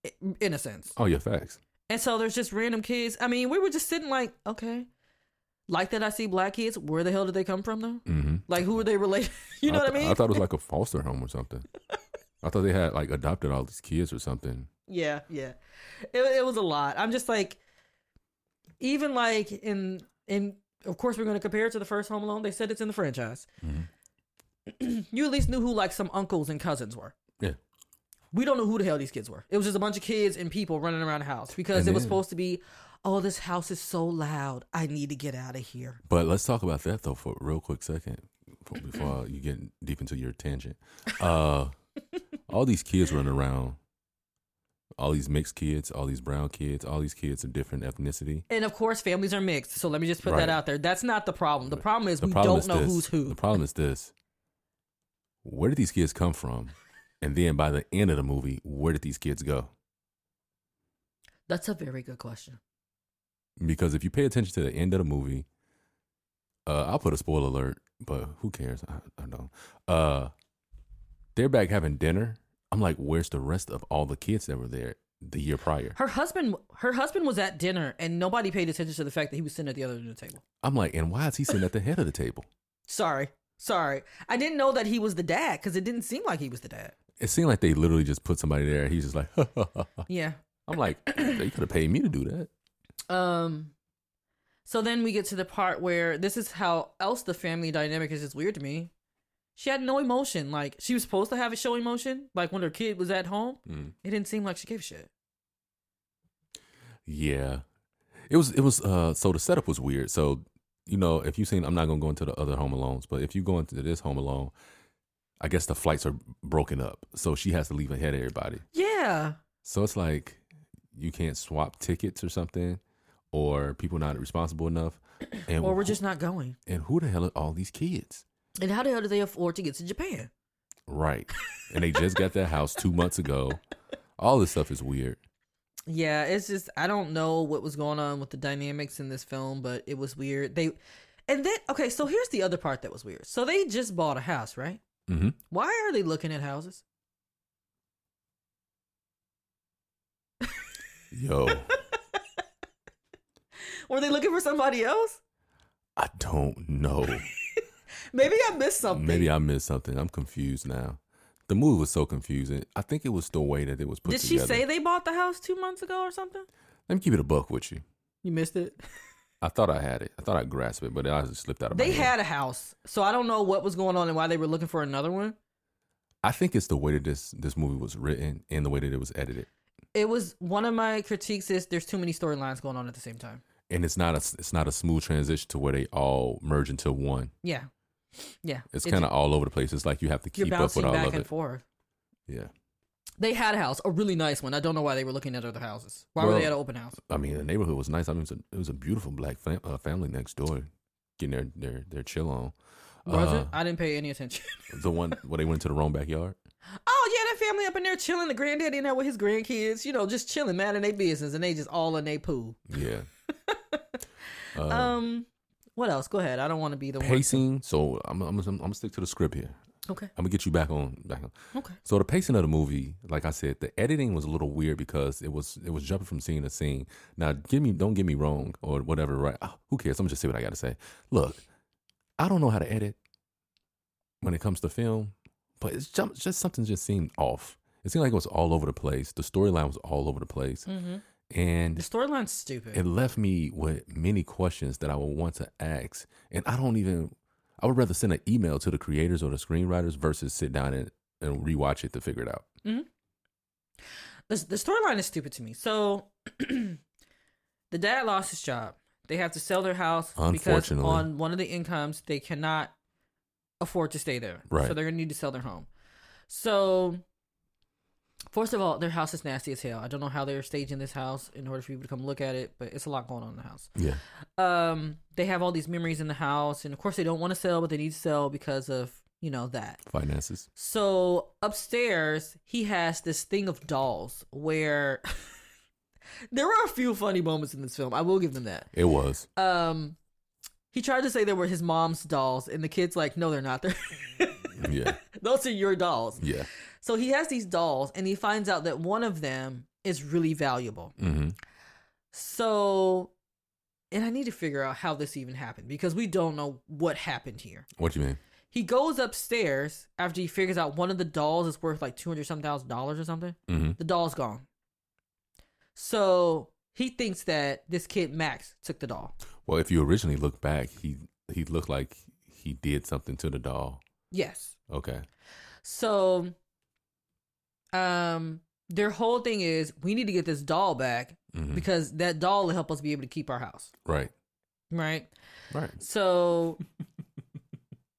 i- in a sense. Oh yeah, facts. And so there's just random kids. I mean, we were just sitting like, okay, like that. I see black kids. Where the hell did they come from though? hmm Like who were they related? you know I what I th- mean? I thought it was like a foster home or something. I thought they had like adopted all these kids or something. Yeah, yeah. It it was a lot. I'm just like even like in in of course we're gonna compare it to the first Home Alone. They said it's in the franchise. Mm-hmm. you at least knew who like some uncles and cousins were. Yeah. We don't know who the hell these kids were. It was just a bunch of kids and people running around the house because And it was then- supposed to be, oh, this house is so loud. I need to get out of here. But let's talk about that though for a real quick second before- before you get deep into your tangent. Uh, all these kids running around, all these mixed kids, all these brown kids, all these kids of different ethnicity. And of course, families are mixed. So let me just put Right. that out there. That's not the problem. The problem is The we problem don't is know this. who's who. The problem is this: where did these kids come from? And then by the end of the movie, where did these kids go? That's a very good question. Because if you pay attention to the end of the movie, uh, I'll put a spoiler alert, but who cares? I, I don't. Uh, they're back having dinner. I'm like, where's the rest of all the kids that were there the year prior? Her husband, her husband was at dinner, and nobody paid attention to the fact that he was sitting at the other end of the table. I'm like, and why is he sitting at the head of the table? Sorry, sorry, I didn't know that he was the dad because it didn't seem like he was the dad. It seemed like they literally just put somebody there. He's just like, Yeah. I'm like, they could have paid me to do that. Um. So then we get to the part where this is how else the family dynamic is just weird to me. She had no emotion. Like she was supposed to have a show emotion. Like when her kid was at home, Mm. it didn't seem like she gave a shit. Yeah. It was it was uh so the setup was weird. So, you know, if you seen I'm not gonna go into the other home alones, but if you go into this home alone, I guess the flights are broken up. So she has to leave ahead of everybody. Yeah. So it's like you can't swap tickets or something, or people not responsible enough. And Or we're who- just not going. and who the hell are all these kids? And how the hell did they afford to get to Japan? Right. and they just got that house two months ago. All this stuff is weird. Yeah, it's just I don't know what was going on with the dynamics in this film, but it was weird. They and then okay, so here's the other part that was weird. So they just bought a house, right? hmm Why are they looking at houses? Yo, Were they looking for somebody else? I don't know. Maybe I missed something. Maybe I missed something. I'm confused now. The movie was so confusing. I think it was the way that it was put Did she together. say they bought the house two months ago or something? Let me keep it a buck with you. You missed it. I thought I had it. I thought I grasped it, but I just slipped out of They my hand. had a house, so I don't know what was going on and why they were looking for another one. I think it's the way that this this movie was written and the way that it was edited. It was one of my critiques is there's too many storylines going on at the same time. And it's not a it's not a smooth transition to where they all merge into one. Yeah, yeah. It's kind of all over the place. It's like you have to you're keep up bouncing with all back of and it. forth. Yeah, They had a house, a really nice one. I don't know why they were looking at other houses. Why were Well- they at an open house? I mean the neighborhood was nice. I mean it was a, it was a beautiful black fam- uh, family next door, getting their their their chill on. Was uh, it? I didn't pay any attention. The one where they went to the wrong backyard. oh yeah, that family up in there chilling. The granddaddy in there with his grandkids, you know, just chilling, man, in their business, and they just all in their pool. Yeah. Uh, Um, what else? Go ahead. I don't want to be the one. pacing. So I'm, I'm, I'm, I'm gonna stick to the script here. Okay. I'm gonna get you back on back on. Okay. So the pacing of the movie, like I said, the editing was a little weird because it was it was jumping from scene to scene. Now, give me don't get me wrong or whatever. Right? Ah, Who cares? I'm just say what I gotta say. Look, I don't know how to edit when it comes to film, but it's jump, just something just seemed off. It seemed like it was all over the place. The storyline was all over the place, Mm-hmm. and The storyline's stupid. it left me with many questions that I would want to ask. And I don't even, I would rather send an email to the creators or the screenwriters versus sit down and, and rewatch it to figure it out. the, the storyline is stupid to me. So the dad lost his job. They have to sell their house because Unfortunately. on one of the incomes they cannot afford to stay there. Right. So they're gonna need to sell their home. So First of all, their house is nasty as hell. I don't know how they're staging this house in order for people to come look at it, but it's a lot going on in the house. Yeah. Um, they have all these memories in the house, and of course they don't want to sell, but they need to sell because of you know that. Finances. So upstairs, he has this thing of dolls where there were a few funny moments in this film. I will give them that. It was. Um, he tried to say they were his mom's dolls, and the kid's like, "No, they're not. They're Yeah. those are your dolls." yeah. So he has these dolls, and he finds out that one of them is really valuable. Mm-hmm. So, and I need to figure out how this even happened because we don't know what happened here. What you mean? He goes upstairs after he figures out one of the dolls is worth like two hundred some thousand dollars or something. Mm-hmm. The doll's gone. So he thinks that this kid Max took the doll. Well, if you originally look back, he he looked like he did something to the doll. Yes. Okay. So, um, their whole thing is we need to get this doll back Mm-hmm. because that doll will help us be able to keep our house, right. right? Right. So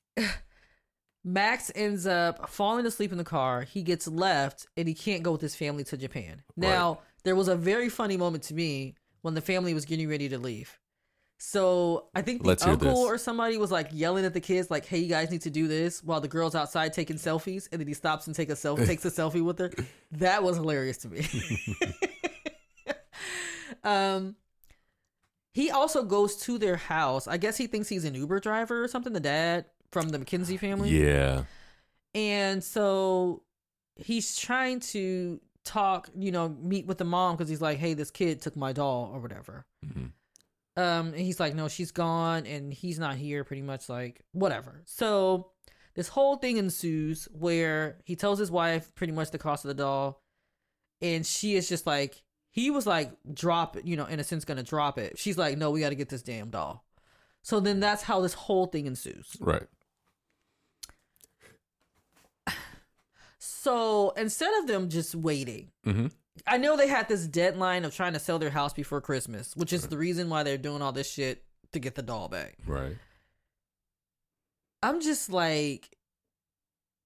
Max ends up falling asleep in the car. He gets left and he can't go with his family to Japan. Now, there was a very funny moment to me when the family was getting ready to leave. So I think the Let's hear uncle this. or somebody was like yelling at the kids, like, "Hey, you guys need to do this," while the girl's outside taking selfies, and then he stops and take a self takes a selfie with her. That was hilarious to me. um, he also goes to their house. I guess he thinks he's an Uber driver or something. The dad from the McKinsey family, Yeah. and so he's trying to talk, you know, meet with the mom because he's like, "Hey, this kid took my doll or whatever." Mm-hmm. Um, and he's like, no, she's gone, and he's not here, pretty much, like, whatever. So, this whole thing ensues where he tells his wife pretty much the cost of the doll, and she is just like, he was like, drop it, you know, in a sense, gonna drop it. She's like, no, we gotta get this damn doll. So, then that's how this whole thing ensues. Right. So, instead of them just waiting, Mm-hmm. I know they had this deadline of trying to sell their house before Christmas, which is the reason why they're doing all this shit to get the doll back. Right. I'm just like,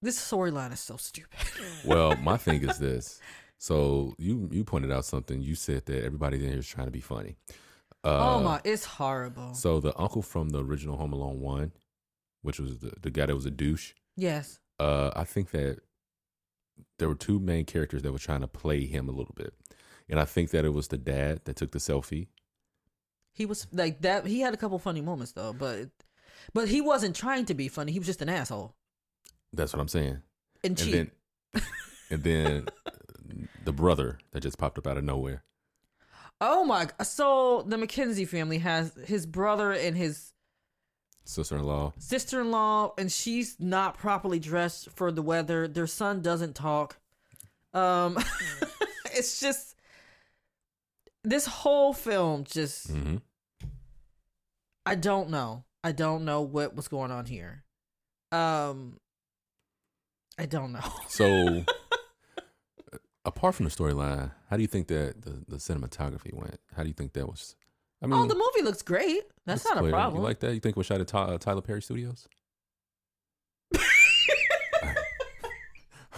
this storyline is so stupid. Well, my thing is this. So you you pointed out something. You said that everybody in here is trying to be funny. Uh, oh my, it's horrible. So the uncle from the original Home Alone one, which was the, the guy that was a douche. yes. uh, I think that there were two main characters that were trying to play him a little bit, and I think that it was the dad that took the selfie. He was like that. He had a couple funny moments though, but but he wasn't trying to be funny. He was just an asshole That's what I'm saying. and And cheap. then, and then uh, the brother that just popped up out of nowhere. oh my! g- So the McKenzie family has his brother and his Sister-in-law. sister-in-law, and she's not properly dressed for the weather. Their son doesn't talk. Um, it's just this whole film just. Mm-hmm. I don't know. I don't know what was going on here. Um, I don't know. So, uh, apart from the storyline, how do you think that the, the cinematography went? How do you think that was? I mean, oh, the movie looks great. That's it's not a clear. problem. You like that? You think it was shot at Ty- uh, Tyler Perry Studios?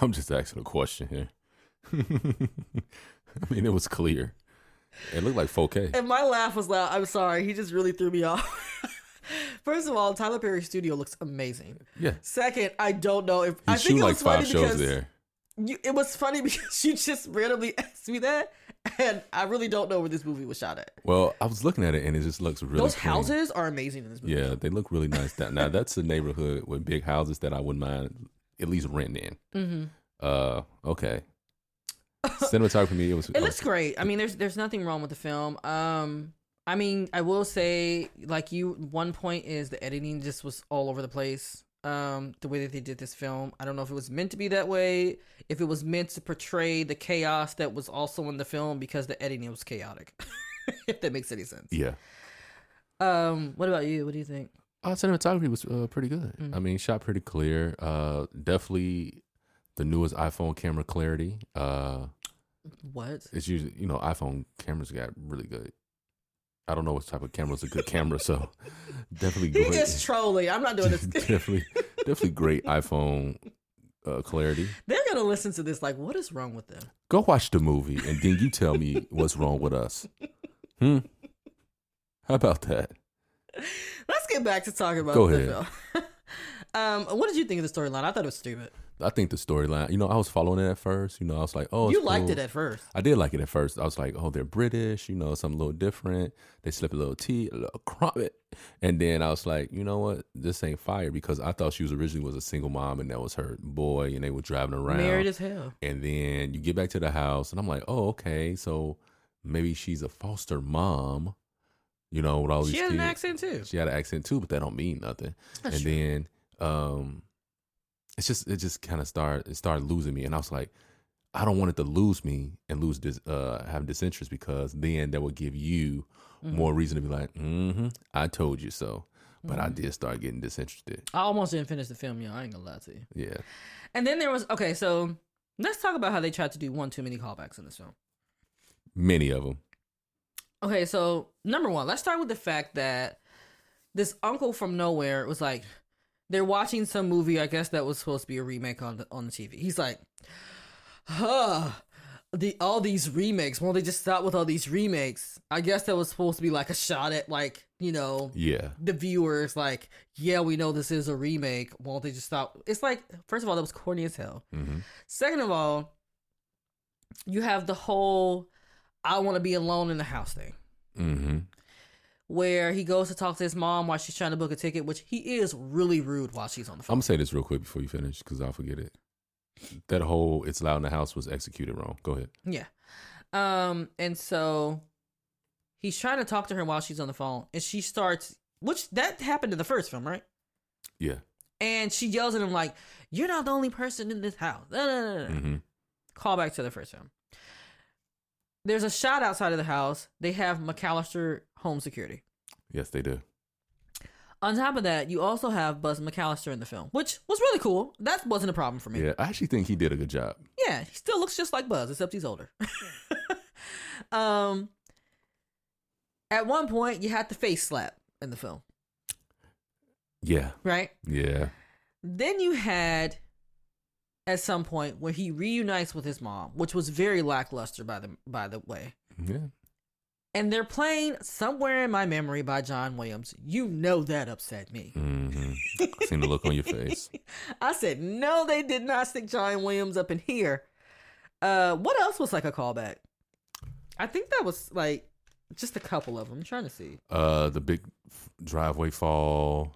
I'm just asking a question here. I mean, it was clear. It looked like 4K. and my laugh was loud. I'm sorry. He just really threw me off. First of all, Tyler Perry's studio looks amazing. Yeah, Second, I don't know if he I shoot think it like was funny five shows because there. you, it was funny because you just randomly asked me that, and I really don't know where this movie was shot at. Well, I was looking at it and it just looks really. Those clean. houses are amazing in this movie. Yeah, they look really nice. Down. Now that's a neighborhood with big houses that I wouldn't mind at least renting in. Mm-hmm. Uh, okay. Cinematography, for me, it was. uh, It looks great. I mean, there's there's nothing wrong with the film. Um, I mean, I will say, like you, one point is the editing just was all over the place. Um, the way that they did this film, I don't know if it was meant to be that way, if it was meant to portray the chaos that was also in the film because the editing was chaotic. if that makes any sense. yeah. Um, what about you? What do you think? Uh, cinematography was uh, pretty good. Mm. I mean, shot pretty clear. Uh, definitely the newest iPhone camera clarity. Uh, What? it's usually you know iPhone cameras got really good. I don't know what type of camera is a good camera, so definitely He great. is trolling. I'm not doing this. definitely, definitely great iPhone uh, clarity. They're gonna listen to this. Like, what is wrong with them? Go watch the movie and then you tell me what's wrong with us. Hmm? How about that? Let's get back to talking about Go the ahead. film. um, what did you think of the storyline? I thought it was stupid. I think the storyline, you know, I was following it at first. You know, I was like, oh, it's you liked cool. it at first. I did like it at first. I was like, oh, they're British, you know, something a little different. They slip a little tea, a little crumpet. And then I was like, you know what? This ain't fire because I thought she was originally was a single mom and that was her boy and they were driving around. Married as hell. and then you get back to the house and I'm like, oh, okay. So maybe she's a foster mom, you know, with all these She had an kids. accent too. She had an accent too, but that don't mean nothing. That's and true. then um it's just it just kind of started it started losing me and I was like I don't want it to lose me and lose this uh have disinterest because then that would give you Mm-hmm. more reason to be like, "Mhm, I told you so." But Mm-hmm. I did start getting disinterested. I almost didn't finish the film, y'all. I ain't gonna lie to you. Yeah. And then there was okay, so let's talk about how they tried to do one too many callbacks in this film. Many of them. Okay, so number one, let's start with the fact that this uncle from nowhere was like, they're watching some movie, I guess that was supposed to be a remake on the on the TV. He's like, huh. The all these remakes. Won't they just stop with all these remakes? I guess that was supposed to be like a shot at like, you know, Yeah. the viewers like, yeah, we know this is a remake. Won't they just stop? It's like, first of all, that was corny as hell. Mhm. Second of all, you have the whole I want to be alone in the house thing Mhm. where he goes to talk to his mom while she's trying to book a ticket, which he is really rude while she's on the I'm phone. gonna say this real quick before you finish because I'll forget it. That whole "It's Loud in the House" was executed wrong. Go ahead. yeah. Um, and so he's trying to talk to her while she's on the phone, and she starts, which that happened in the first film, right? Yeah. And she yells at him like, "You're not the only person in this house." Da, da, da, da, da. hmm Call back to the first film. There's a shot outside of the house. They have McAllister home security. Yes, they do. On top of that, you also have Buzz McAllister in the film, which was really cool. That wasn't a problem for me. Yeah, I actually think he did a good job. Yeah, he still looks just like Buzz, except he's older. um, at one point, you had the face slap in the film, Yeah. right? Yeah. Then you had, at some point, where he reunites with his mom, which was very lackluster, by the by the way. Yeah. And they're playing "Somewhere in My Memory" by John Williams. You know that upset me. hmm I seen the look on your face. I said, no, they did not stick John Williams up in here. Uh, what else was like a callback? I think that was like just a couple of them. I'm trying to see. Uh, the big f- driveway fall.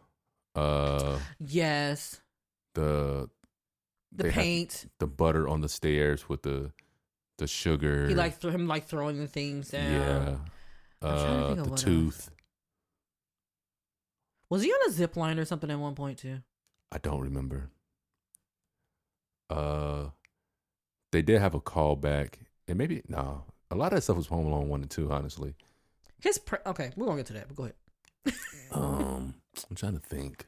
Uh, Yes, the the They had- paint. the butter on the stairs with the the sugar. He like th- him like throwing the things down. Yeah. I'm trying to Uh, think of the what tooth. Was he on a zip line or something at one point too? I don't remember. Uh, they did have a callback, and maybe no. a lot of that stuff was Home Alone one and two. Honestly, His pre- okay, we're gonna get to that. But go ahead. um, I'm trying to think.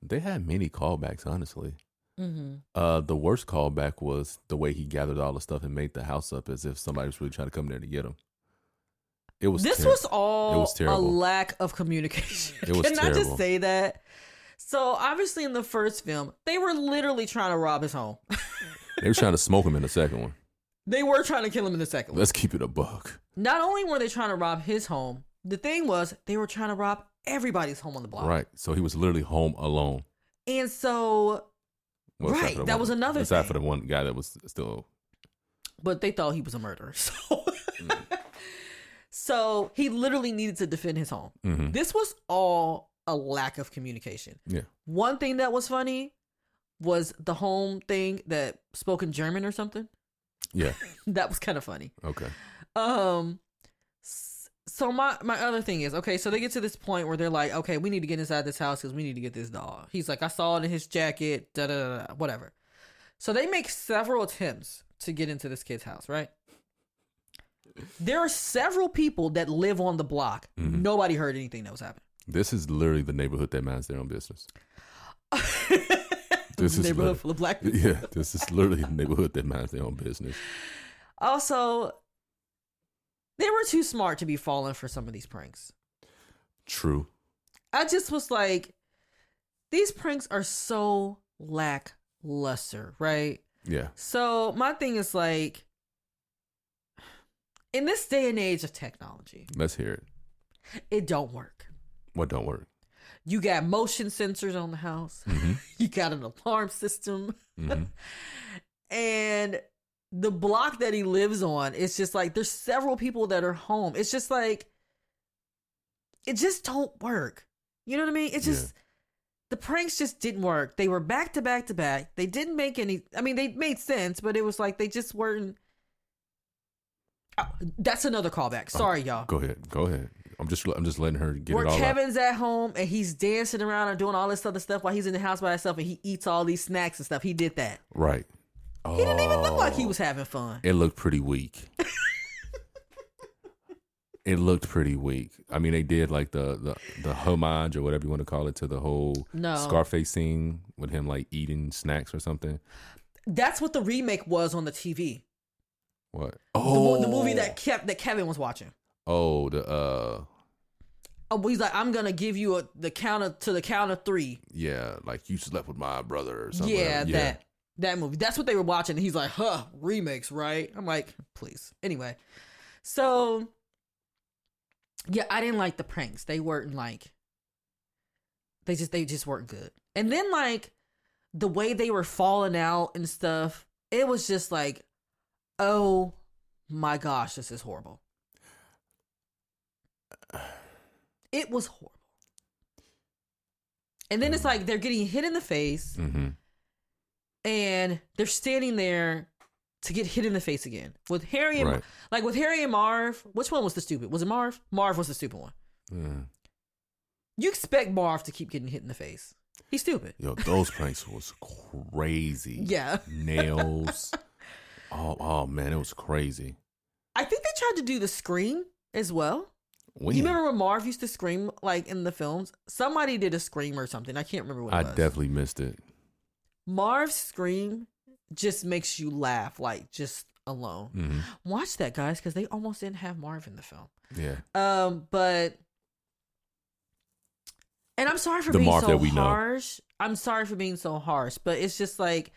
They had many callbacks. Honestly, Mm-hmm. uh, the worst callback was the way he gathered all the stuff and made the house up as if somebody was really trying to come there to get him. It was this ter- was all It was a terrible. lack of communication. It was Can I just terrible. say that? So obviously, in the first film, they were literally trying to rob his home. they were trying to smoke him in the second one. they were trying to kill him in the second. one. Let's keep it a buck. Not only were they trying to rob his home, the thing was they were trying to rob everybody's home on the block. Right. So he was literally home alone. And so, except Right, for the that one- was another Except thing. for the one guy that was still but they thought he was a murderer. So, so he literally needed to defend his home. Mhm. This was all a lack of communication. Yeah. One thing that was funny was the home thing that spoke in German or something. Yeah. That was kind of funny. Okay. Um. s- So my my other thing is okay. So they get to this point where they're like, okay, we need to get inside this house because we need to get this dog. He's like, I saw it in his jacket. Da da da. da, Whatever. So they make several attempts to get into this kid's house. Right. There are several people that live on the block. Mm-hmm. Nobody heard anything that was happening. This is literally the neighborhood that minds their own business. This is neighborhood literally, full of black people. yeah. This is literally the neighborhood that minds their own business. Also, they were too smart to be falling for some of these pranks. True. I just was like, these pranks are so lackluster. lesser, right? Yeah. So my thing is like, in this day and age of technology, Let's hear it. it don't work. What don't work? You got motion sensors on the house. Mhm. You got an alarm system, Mhm. and the block that he lives on, it's just like there's several people that are home. It's just like, it just don't work. You know what I mean? It Yeah. just the pranks just didn't work. They were back to back to back. They didn't make any. I mean, they made sense, but it was like they just weren't. Oh, that's another callback. Sorry, y'all. Oh, Go ahead. Go ahead. I'm just I'm just letting her get Where it all out. Kevin's at home and he's dancing around and doing all this other stuff while he's in the house by himself and he eats all these snacks and stuff. He did that. Right. Oh, He didn't even look like he was having fun. It looked pretty weak. it looked pretty weak. I mean, they did like the the, the homage or whatever you want to call it to the whole No. Scarface scene with him like eating snacks or something. That's what the remake was on the TV. What? The, Oh, mo- the movie that kept that Kevin was watching. Oh, the uh, Oh, he's like, I'm gonna give you a, the counter to the count of three. yeah, like you slept with my brother or something. Yeah, whatever. that that movie. That's what they were watching. And he's like, huh, remakes, right? I'm like, please. Anyway, so yeah, I didn't like the pranks. They weren't like they just they just weren't good. And then like the way they were falling out and stuff, it was just like, oh my gosh, this is horrible. It was horrible. And then Hmm. it's like they're getting hit in the face Mm-hmm. and they're standing there to get hit in the face again with Harry and Right. like with Harry and Marv. Which one was the stupid? Was it Marv? Marv was the stupid one. Yeah. You expect Marv to keep getting hit in the face. He's stupid. Yo, those pranks was crazy. Yeah, Nails. oh, oh man, it was crazy. I think they tried to do the scream as well. When? You remember when Marv used to scream like in the films? Somebody did a scream or something. I can't remember what it I was. definitely missed it. Marv's scream just makes you laugh, like just alone. hmm Watch that, guys, because they almost didn't have Marv in the film. Yeah. Um, but and I'm sorry for The being Marv so that we know. harsh. I'm sorry for being so harsh, but it's just like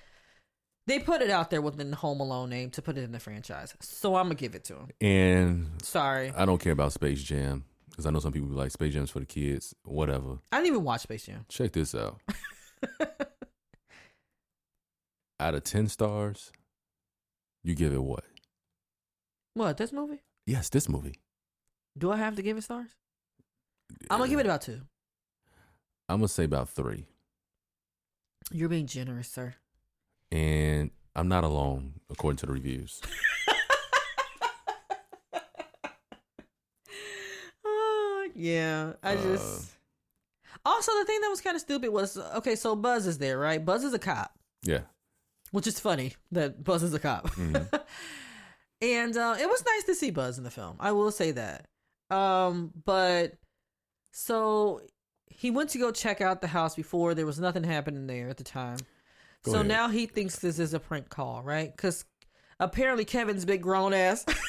they put it out there within the Home Alone name to put it in the franchise. So I'm gonna give it to them. And Sorry, I don't care about Space Jam because I know some people be like Space Jam's for the kids, whatever. I didn't even watch Space Jam. Check this out. Out of ten stars, you give it what? What this movie? Yes, this movie. Do I have to give it stars? I'm gonna give it about two. I'm gonna say about three, You're being generous, sir. and I'm not alone according to the reviews. Uh, yeah, I Uh. just. Also, the thing that was kind of stupid was okay. So Buzz is there, right? Buzz is a cop, Yeah, which is funny that Buzz is a cop. Mhm. and uh, it was nice to see Buzz in the film. I will say that. Um, but so he went to go check out the house before there was nothing happening there at the time. Go so ahead. now he thinks this is a prank call, right? Because apparently Kevin's big grown ass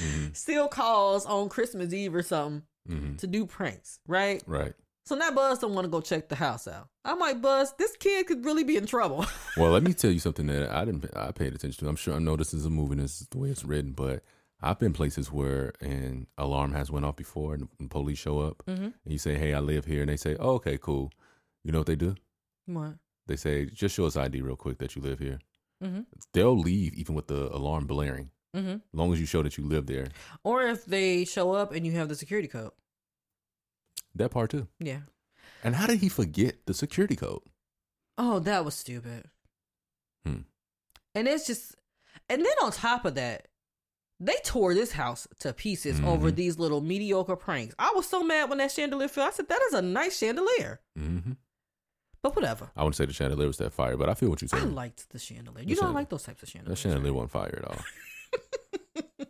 Mhm. still calls on Christmas Eve or something Mhm. to do pranks, right? right. So now Buzz don't want to go check the house out. I'm like, Buzz, this kid could really be in trouble. Well, let me tell you something that I didn't I paid attention to. I'm sure I know this is a movie. and This is the way it's written, but I've been places where an alarm has went off before and, and police show up, and you say, "Hey, I live here," and they say, oh, "Okay, cool." You know what they do? What? They say, "Just show us ID real quick that you live here." Mhm. They'll leave even with the alarm blaring, Mm-hmm. as long as you show that you live there. Or if they show up and you have the security code. That part too. Yeah. And how did he forget the security code? Oh, that was stupid. Hmm. And it's just, and then on top of that, they tore this house to pieces over Mhm. these little mediocre pranks. I was so mad when that chandelier fell. I said, that is a nice chandelier. hmm But whatever. I wouldn't say the chandelier was that fire, but I feel what you're I saying. liked the chandelier. The You don't chandelier. like those types of that chandeliers. right? chandelier wasn't fire at all.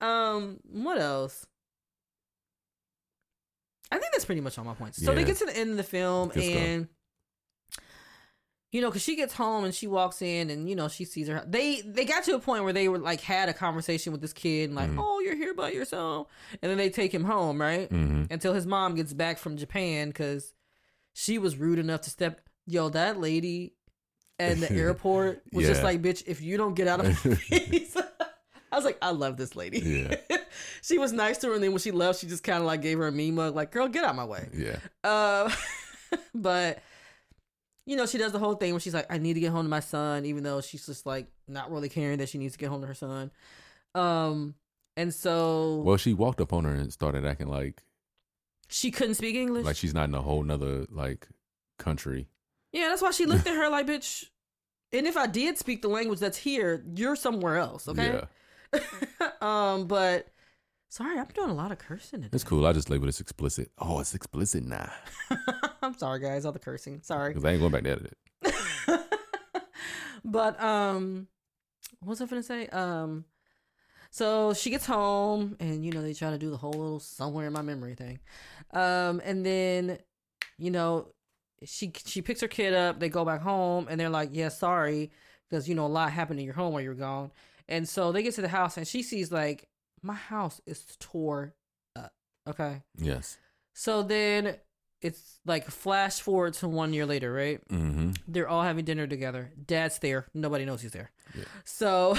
Um, what else? I think that's pretty much all my points. So they Yeah. get to the end of the film, Let's go. and you know, because she gets home and she walks in, and you know, she sees her. They they got to a point where they were like had a conversation with this kid, and like, Mhm. oh, you're here by yourself, and then they take him home, right? hmm Until his mom gets back from Japan because she was rude enough to step. yo, that lady at the airport was just Yeah. like, bitch, if you don't get out of my face. I was like, I love this lady. she was nice to her, and then when she left, she just kind of like gave her a mean mug, like, girl, get out of my way. Yeah. Uh, but you know, she does the whole thing where she's like, I need to get home to my son, even though she's just like not really caring that she needs to get home to her son. Um, and so Well, she walked up on her and started acting like she couldn't speak English. like she's not in a whole nother like country. yeah, that's why she looked at her like, bitch. And if I did speak the language that's here, you're somewhere else, okay? Yeah. um, but sorry, I'm doing a lot of cursing. Today. It's cool. I just labeled this explicit. Oh, it's explicit now. I'm sorry, guys, all the cursing. Sorry. Because I ain't going back to edit it. but um what was I gonna say? Um so she gets home and you know they try to do the whole little somewhere in my memory thing. Um and then you know she she picks her kid up, they go back home and they're like, "Yeah, sorry because you know a lot happened in your home while you were gone." And so they get to the house and she sees like my house is tore up. Okay. Yes. So then it's like flash forward to 1 year later, right? Mm-hmm. They're all having dinner together. Dad's there. Nobody knows he's there. Yeah. So,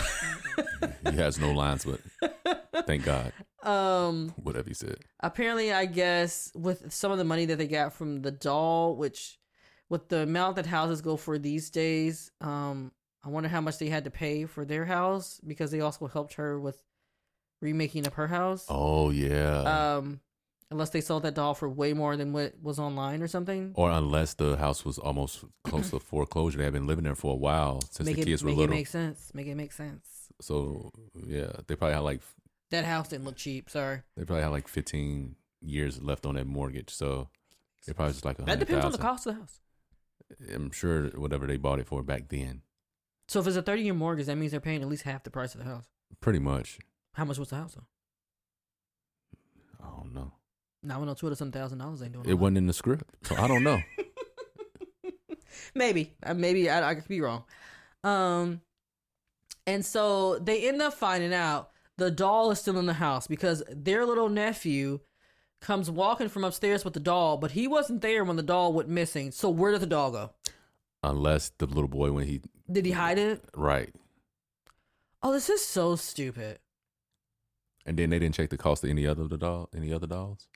He has no lines, but thank God, um, whatever he said. apparently, I guess with some of the money that they got from the doll, which with the amount that houses go for these days, um, I wonder how much they had to pay for their house because they also helped her with remaking up her house. Oh yeah. Um, unless they sold that doll for way more than what was online or something. or unless the house was almost close to foreclosure, they had been living there for a while since make the it, kids were make little. it make sense. Make it make sense. so yeah, they probably had like That house didn't look cheap. Sorry. they probably had like fifteen years left on that mortgage. So it probably just like a That hundred depends on the thousand. cost of the house. I'm sure whatever they bought it for back then, So if it's a thirty year mortgage, that means they're paying at least half the price of the house. pretty much. How much was the house though? I don't know. Now I know oh two hundred some thousand dollars ain't doing. a It lot. wasn't in the script, so I don't know. maybe Uh, maybe I, I could be wrong. Um, and so they end up finding out the doll is still in the house because their little nephew comes walking from upstairs with the doll, but he wasn't there when the doll went missing. So where did the doll go? Unless the little boy when he Did he hide it? right, Oh, this is so stupid. and then they didn't check the cost of any other the doll, any other dolls.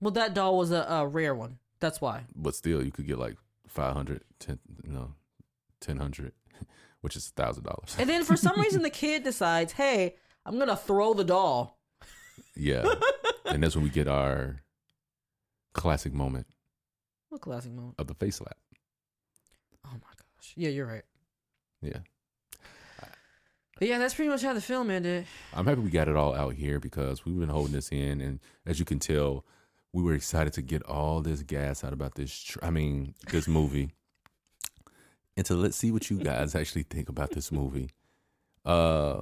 Well, that doll was a, a rare one. That's why. but still you could get like 500 10 no 1000 which is a thousand dollars And then for some reason, the kid decides, hey, I'm going to throw the doll. yeah and that's when we get our classic moment What classic moment? of the face slap Oh my gosh. Yeah, you're right. yeah But yeah, that's pretty much how the film ended. i'm happy we got it all out here because we've been holding this in and as you can tell we were excited to get all this gas out about this tr- i mean this movie and so let's see what you guys actually think about this movie uh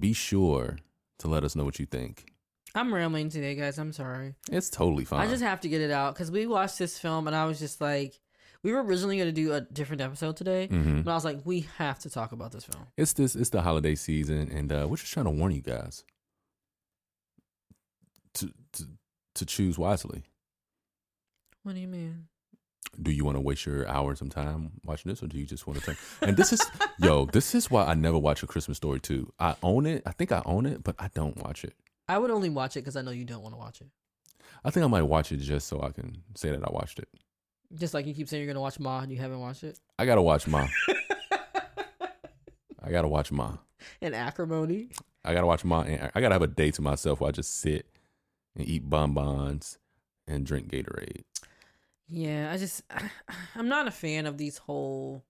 be sure to let us know what you think I'm rambling today, guys. I'm sorry. it's totally fine I just have to get it out because we watched this film and I was just like, we were originally going to do a different episode today. Mhm. But I was like, we have to talk about this film. It's this. It's the holiday season, and uh, we're just trying to warn you guys to to to choose wisely. What do you mean? Do you want to waste your hour and some time watching this, or do you just want to turn? And this is yo. This is why I never watch a Christmas story too. I own it. I think I own it, but I don't watch it. I would only watch it because I know you don't want to watch it. I think I might watch it just so I can say that I watched it. Just like you keep saying you're going to watch Ma and you haven't watched it. I gotta watch Ma. I gotta watch Ma. And Acrimony. I gotta watch Ma. And I gotta have a day to myself where I just sit and eat bonbons and drink Gatorade. Yeah, I just I'm not a fan of these whole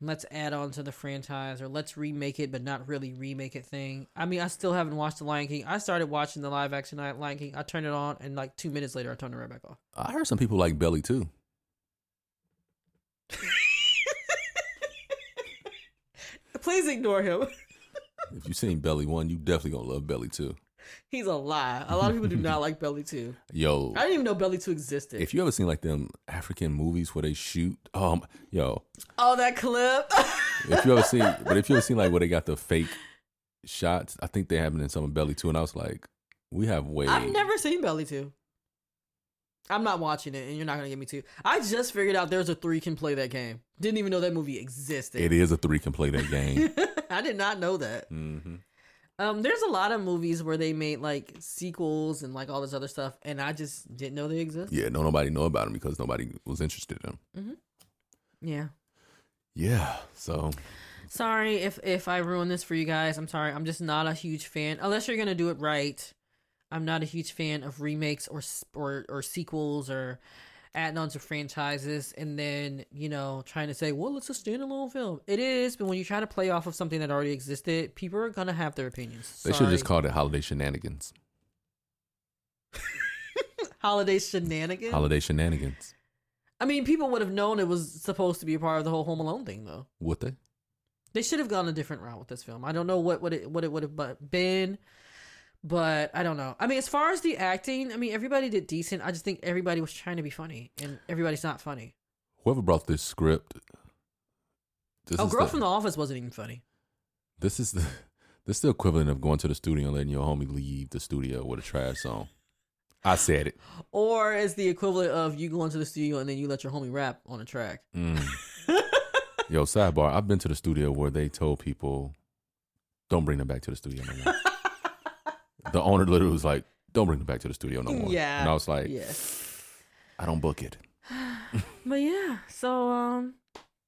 let's add on to the franchise or let's remake it but not really remake it thing. I mean, I still haven't watched The Lion King. I started watching the live action Li- Lion King. I turned it on and like 2 minutes later I turned it right back off. I heard some people like Belly too. Please ignore him. If you've seen Belly One, you definitely gonna love Belly Two. He's a lie. A lot of people do not like Belly 2. Yo, I didn't even know Belly 2 existed. if you ever seen like them African movies where they shoot, um, yo, oh, that clip. if you ever seen, but if you ever seen like where they got the fake shots, I think they happened in some of Belly Two, and I was like, we have way. I've never seen Belly 2. I'm not watching it, and you're not gonna get me to. I just figured out there's a three can play that game. Didn't even know that movie existed. It is a three can play that game. I did not know that. hmm Um, there's a lot of movies where they made like sequels and like all this other stuff, and I just didn't know they existed. Yeah, no nobody know about them because nobody was interested in them. Yeah. Yeah, so Sorry if if I ruin this for you guys. I'm sorry. I'm just not a huge fan. Unless you're gonna do it right, I'm not a huge fan of remakes or s- or or sequels or adding on to franchises and then you know trying to say, well, it's a standalone film. It is, but when you try to play off of something that already existed, people are gonna have their opinions. they should Sorry. have just called it holiday shenanigans. holiday shenanigans. Holiday shenanigans. I mean, people would have known it was supposed to be a part of the whole Home Alone thing, though. Would they? They should have gone a different route with this film. I don't know what would it what it would have bu- been, but I don't know. I mean, as far as the acting, I mean, everybody did decent. I just think everybody was trying to be funny, and everybody's not funny. Whoever brought this script. This oh, is girl the, from the office wasn't even funny. This is the. This is the equivalent of going to the studio and letting your homie leave the studio with a trash song. I said it. Or is the equivalent of you going to the studio and then you let your homie rap on a track. Mm. Yo, sidebar. I've been to the studio where they told people, "Don't bring them back to the studio no more." the owner literally was like, "Don't bring them back to the studio no more." Yeah. And I was like, yeah. "I don't book it." But yeah, so um,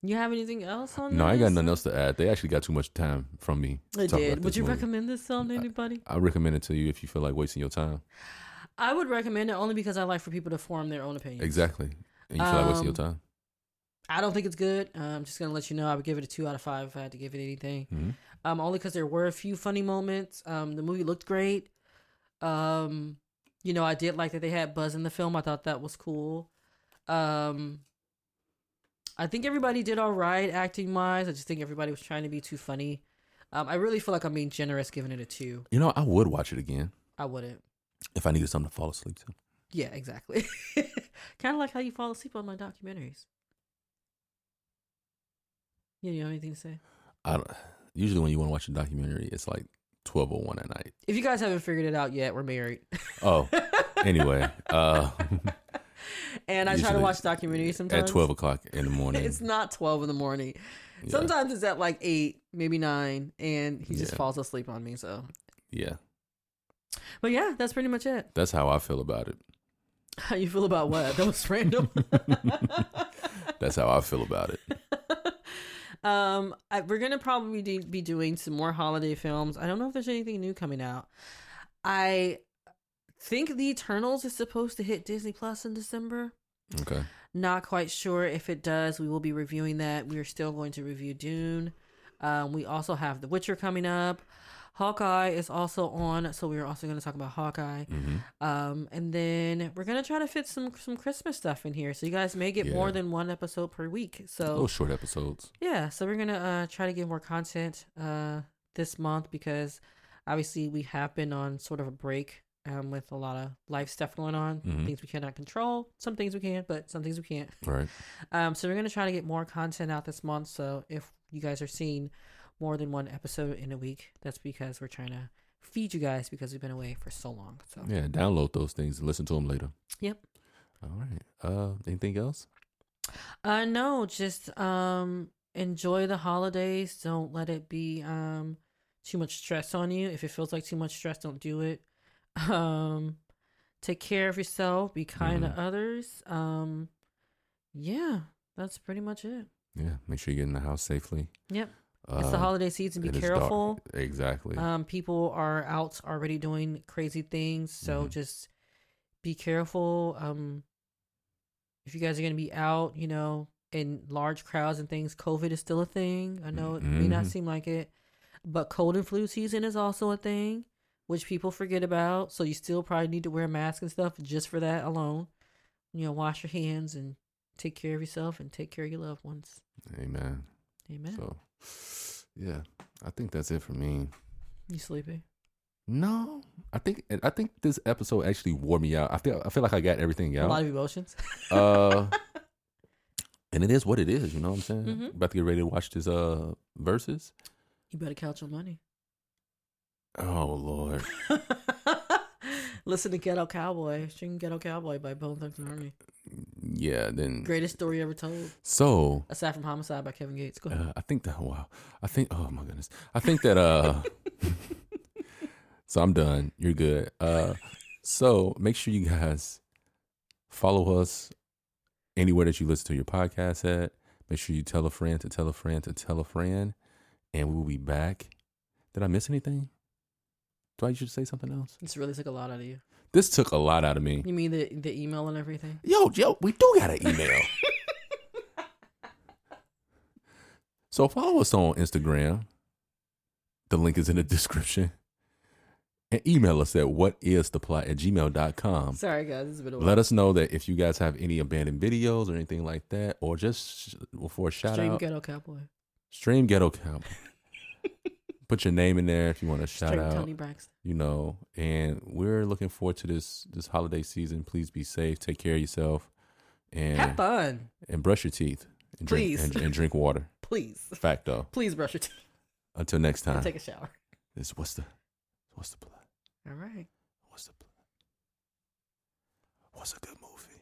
you have anything else on? No, I ain't got this? nothing else to add. They actually got too much time from me. to I talk about did. Would this you movie. recommend this film to anybody? I recommend it to you if you feel like wasting your time. I would recommend it only because I like for people to form their own opinion. Exactly. And you feel like wasting your Um, time. I don't think it's good. Uh, I'm just gonna let you know. I would give it a two out of five if I had to give it anything. Mhm. Um, only because there were a few funny moments. Um, the movie looked great. Um, you know, I did like that they had Buzz in the film. I thought that was cool. Um, I think everybody did all right acting wise. I just think everybody was trying to be too funny. Um, I really feel like I'm being generous giving it a two. You know, I would watch it again I wouldn't. if I needed something to fall asleep to. Yeah, exactly. kind of like how you fall asleep on my documentaries. Yeah, you have anything to say? I don't, usually when you want to watch a documentary, it's like twelve oh one at night. If you guys haven't figured it out yet, we're married. Oh, anyway, uh, and I try to usually watch documentaries sometimes. at twelve o'clock in the morning. It's not 12 in the morning. yeah, Sometimes it's at like 8, maybe 9, and he just Yeah. falls asleep on me. So, yeah, but yeah, that's pretty much it. that's how I feel about it. How you feel about what? That was random. That's how I feel about it. um, I, we're gonna probably do, be doing some more holiday films. I don't know if there's anything new coming out. I think The Eternals is supposed to hit Disney Plus in December. Okay, Not quite sure if it does. We will be reviewing that. We are still going to review Dune. Um, we also have The Witcher coming up. Hawkeye is also on, so we are also going to talk about Hawkeye. hmm Um, and then we're going to try to fit some some Christmas stuff in here, so you guys may get more Yeah. Oh, than one episode per week. So those short episodes. yeah, so we're going to uh, try to get more content uh, this month because obviously we have been on sort of a break um, with a lot of life stuff going on, Mhm. things we cannot control, some things we can, but some things we can't. All right, Um, so we're gonna try to get more content out this month. So if you guys are seeing more than one episode in a week, that's because we're trying to feed you guys because we've been away for so long. So yeah, download those things and listen to them later. Yep. All right. Uh, anything else? uh, no, just um, enjoy the holidays. Don't let it be um too much stress on you. If it feels like too much stress, don't do it. Um, take care of yourself. Be kind Mhm. to others. Um, yeah, that's pretty much it. Yeah, make sure you get in the house safely. Yep. Uh, it's the holiday season. Be it is dark. careful. Exactly. Um, people are out already doing crazy things, so Mhm. just be careful. Um, if you guys are gonna be out, you know, in large crowds and things, COVID is still a thing. I know it may not Mhm. seem like it, but cold and flu season is also a thing, which people forget about. So you still probably need to wear a mask and stuff just for that alone. You know, wash your hands and take care of yourself and take care of your loved ones. Amen. Amen. So, yeah, I think that's it for me. you sleepy? No, I think I think this episode actually wore me out. I feel I feel like I got everything A lot out. of emotions. Uh, and it is what it is. You know what I'm saying? Mhm. About to get ready to watch this uh verses. you better count your money. Oh Lord, Listen to Ghetto Cowboy. Stream Ghetto Cowboy by Bone Thugs and Harmony. Yeah, then Greatest story ever told, so aside from Homicide by Kevin Gates. Go ahead. uh, I think that wow, I think oh my goodness, I think that uh, so I'm done. You're good. Uh, so make sure you guys follow us anywhere that you listen to your podcast at. Make sure you tell a friend to tell a friend to tell a friend, and we will be back. Did I miss anything? Do I should say something else? This really took a lot out of you. This took a lot out of me. You mean the the email and everything? Yo, yo, we do got an email. so follow us on Instagram. The link is in the description. And email us at whatistheplot at gmail.com. Sorry guys, this has been a while. Um, Let us know that if you guys have any abandoned videos or anything like that, or just sh- for a shout Stream out, Ghetto Cowboy. stream Ghetto Cowboy. Put your name in there if you want to shout Stream out Tony Braxton. you know and we're looking forward to this this holiday season please be safe take care of yourself Have and fun, and brush your teeth and drink Please. and, and drink water please. fact though Please brush your teeth until next and time take a shower. this what's the what's the plot All right. what's the plot what's a good movie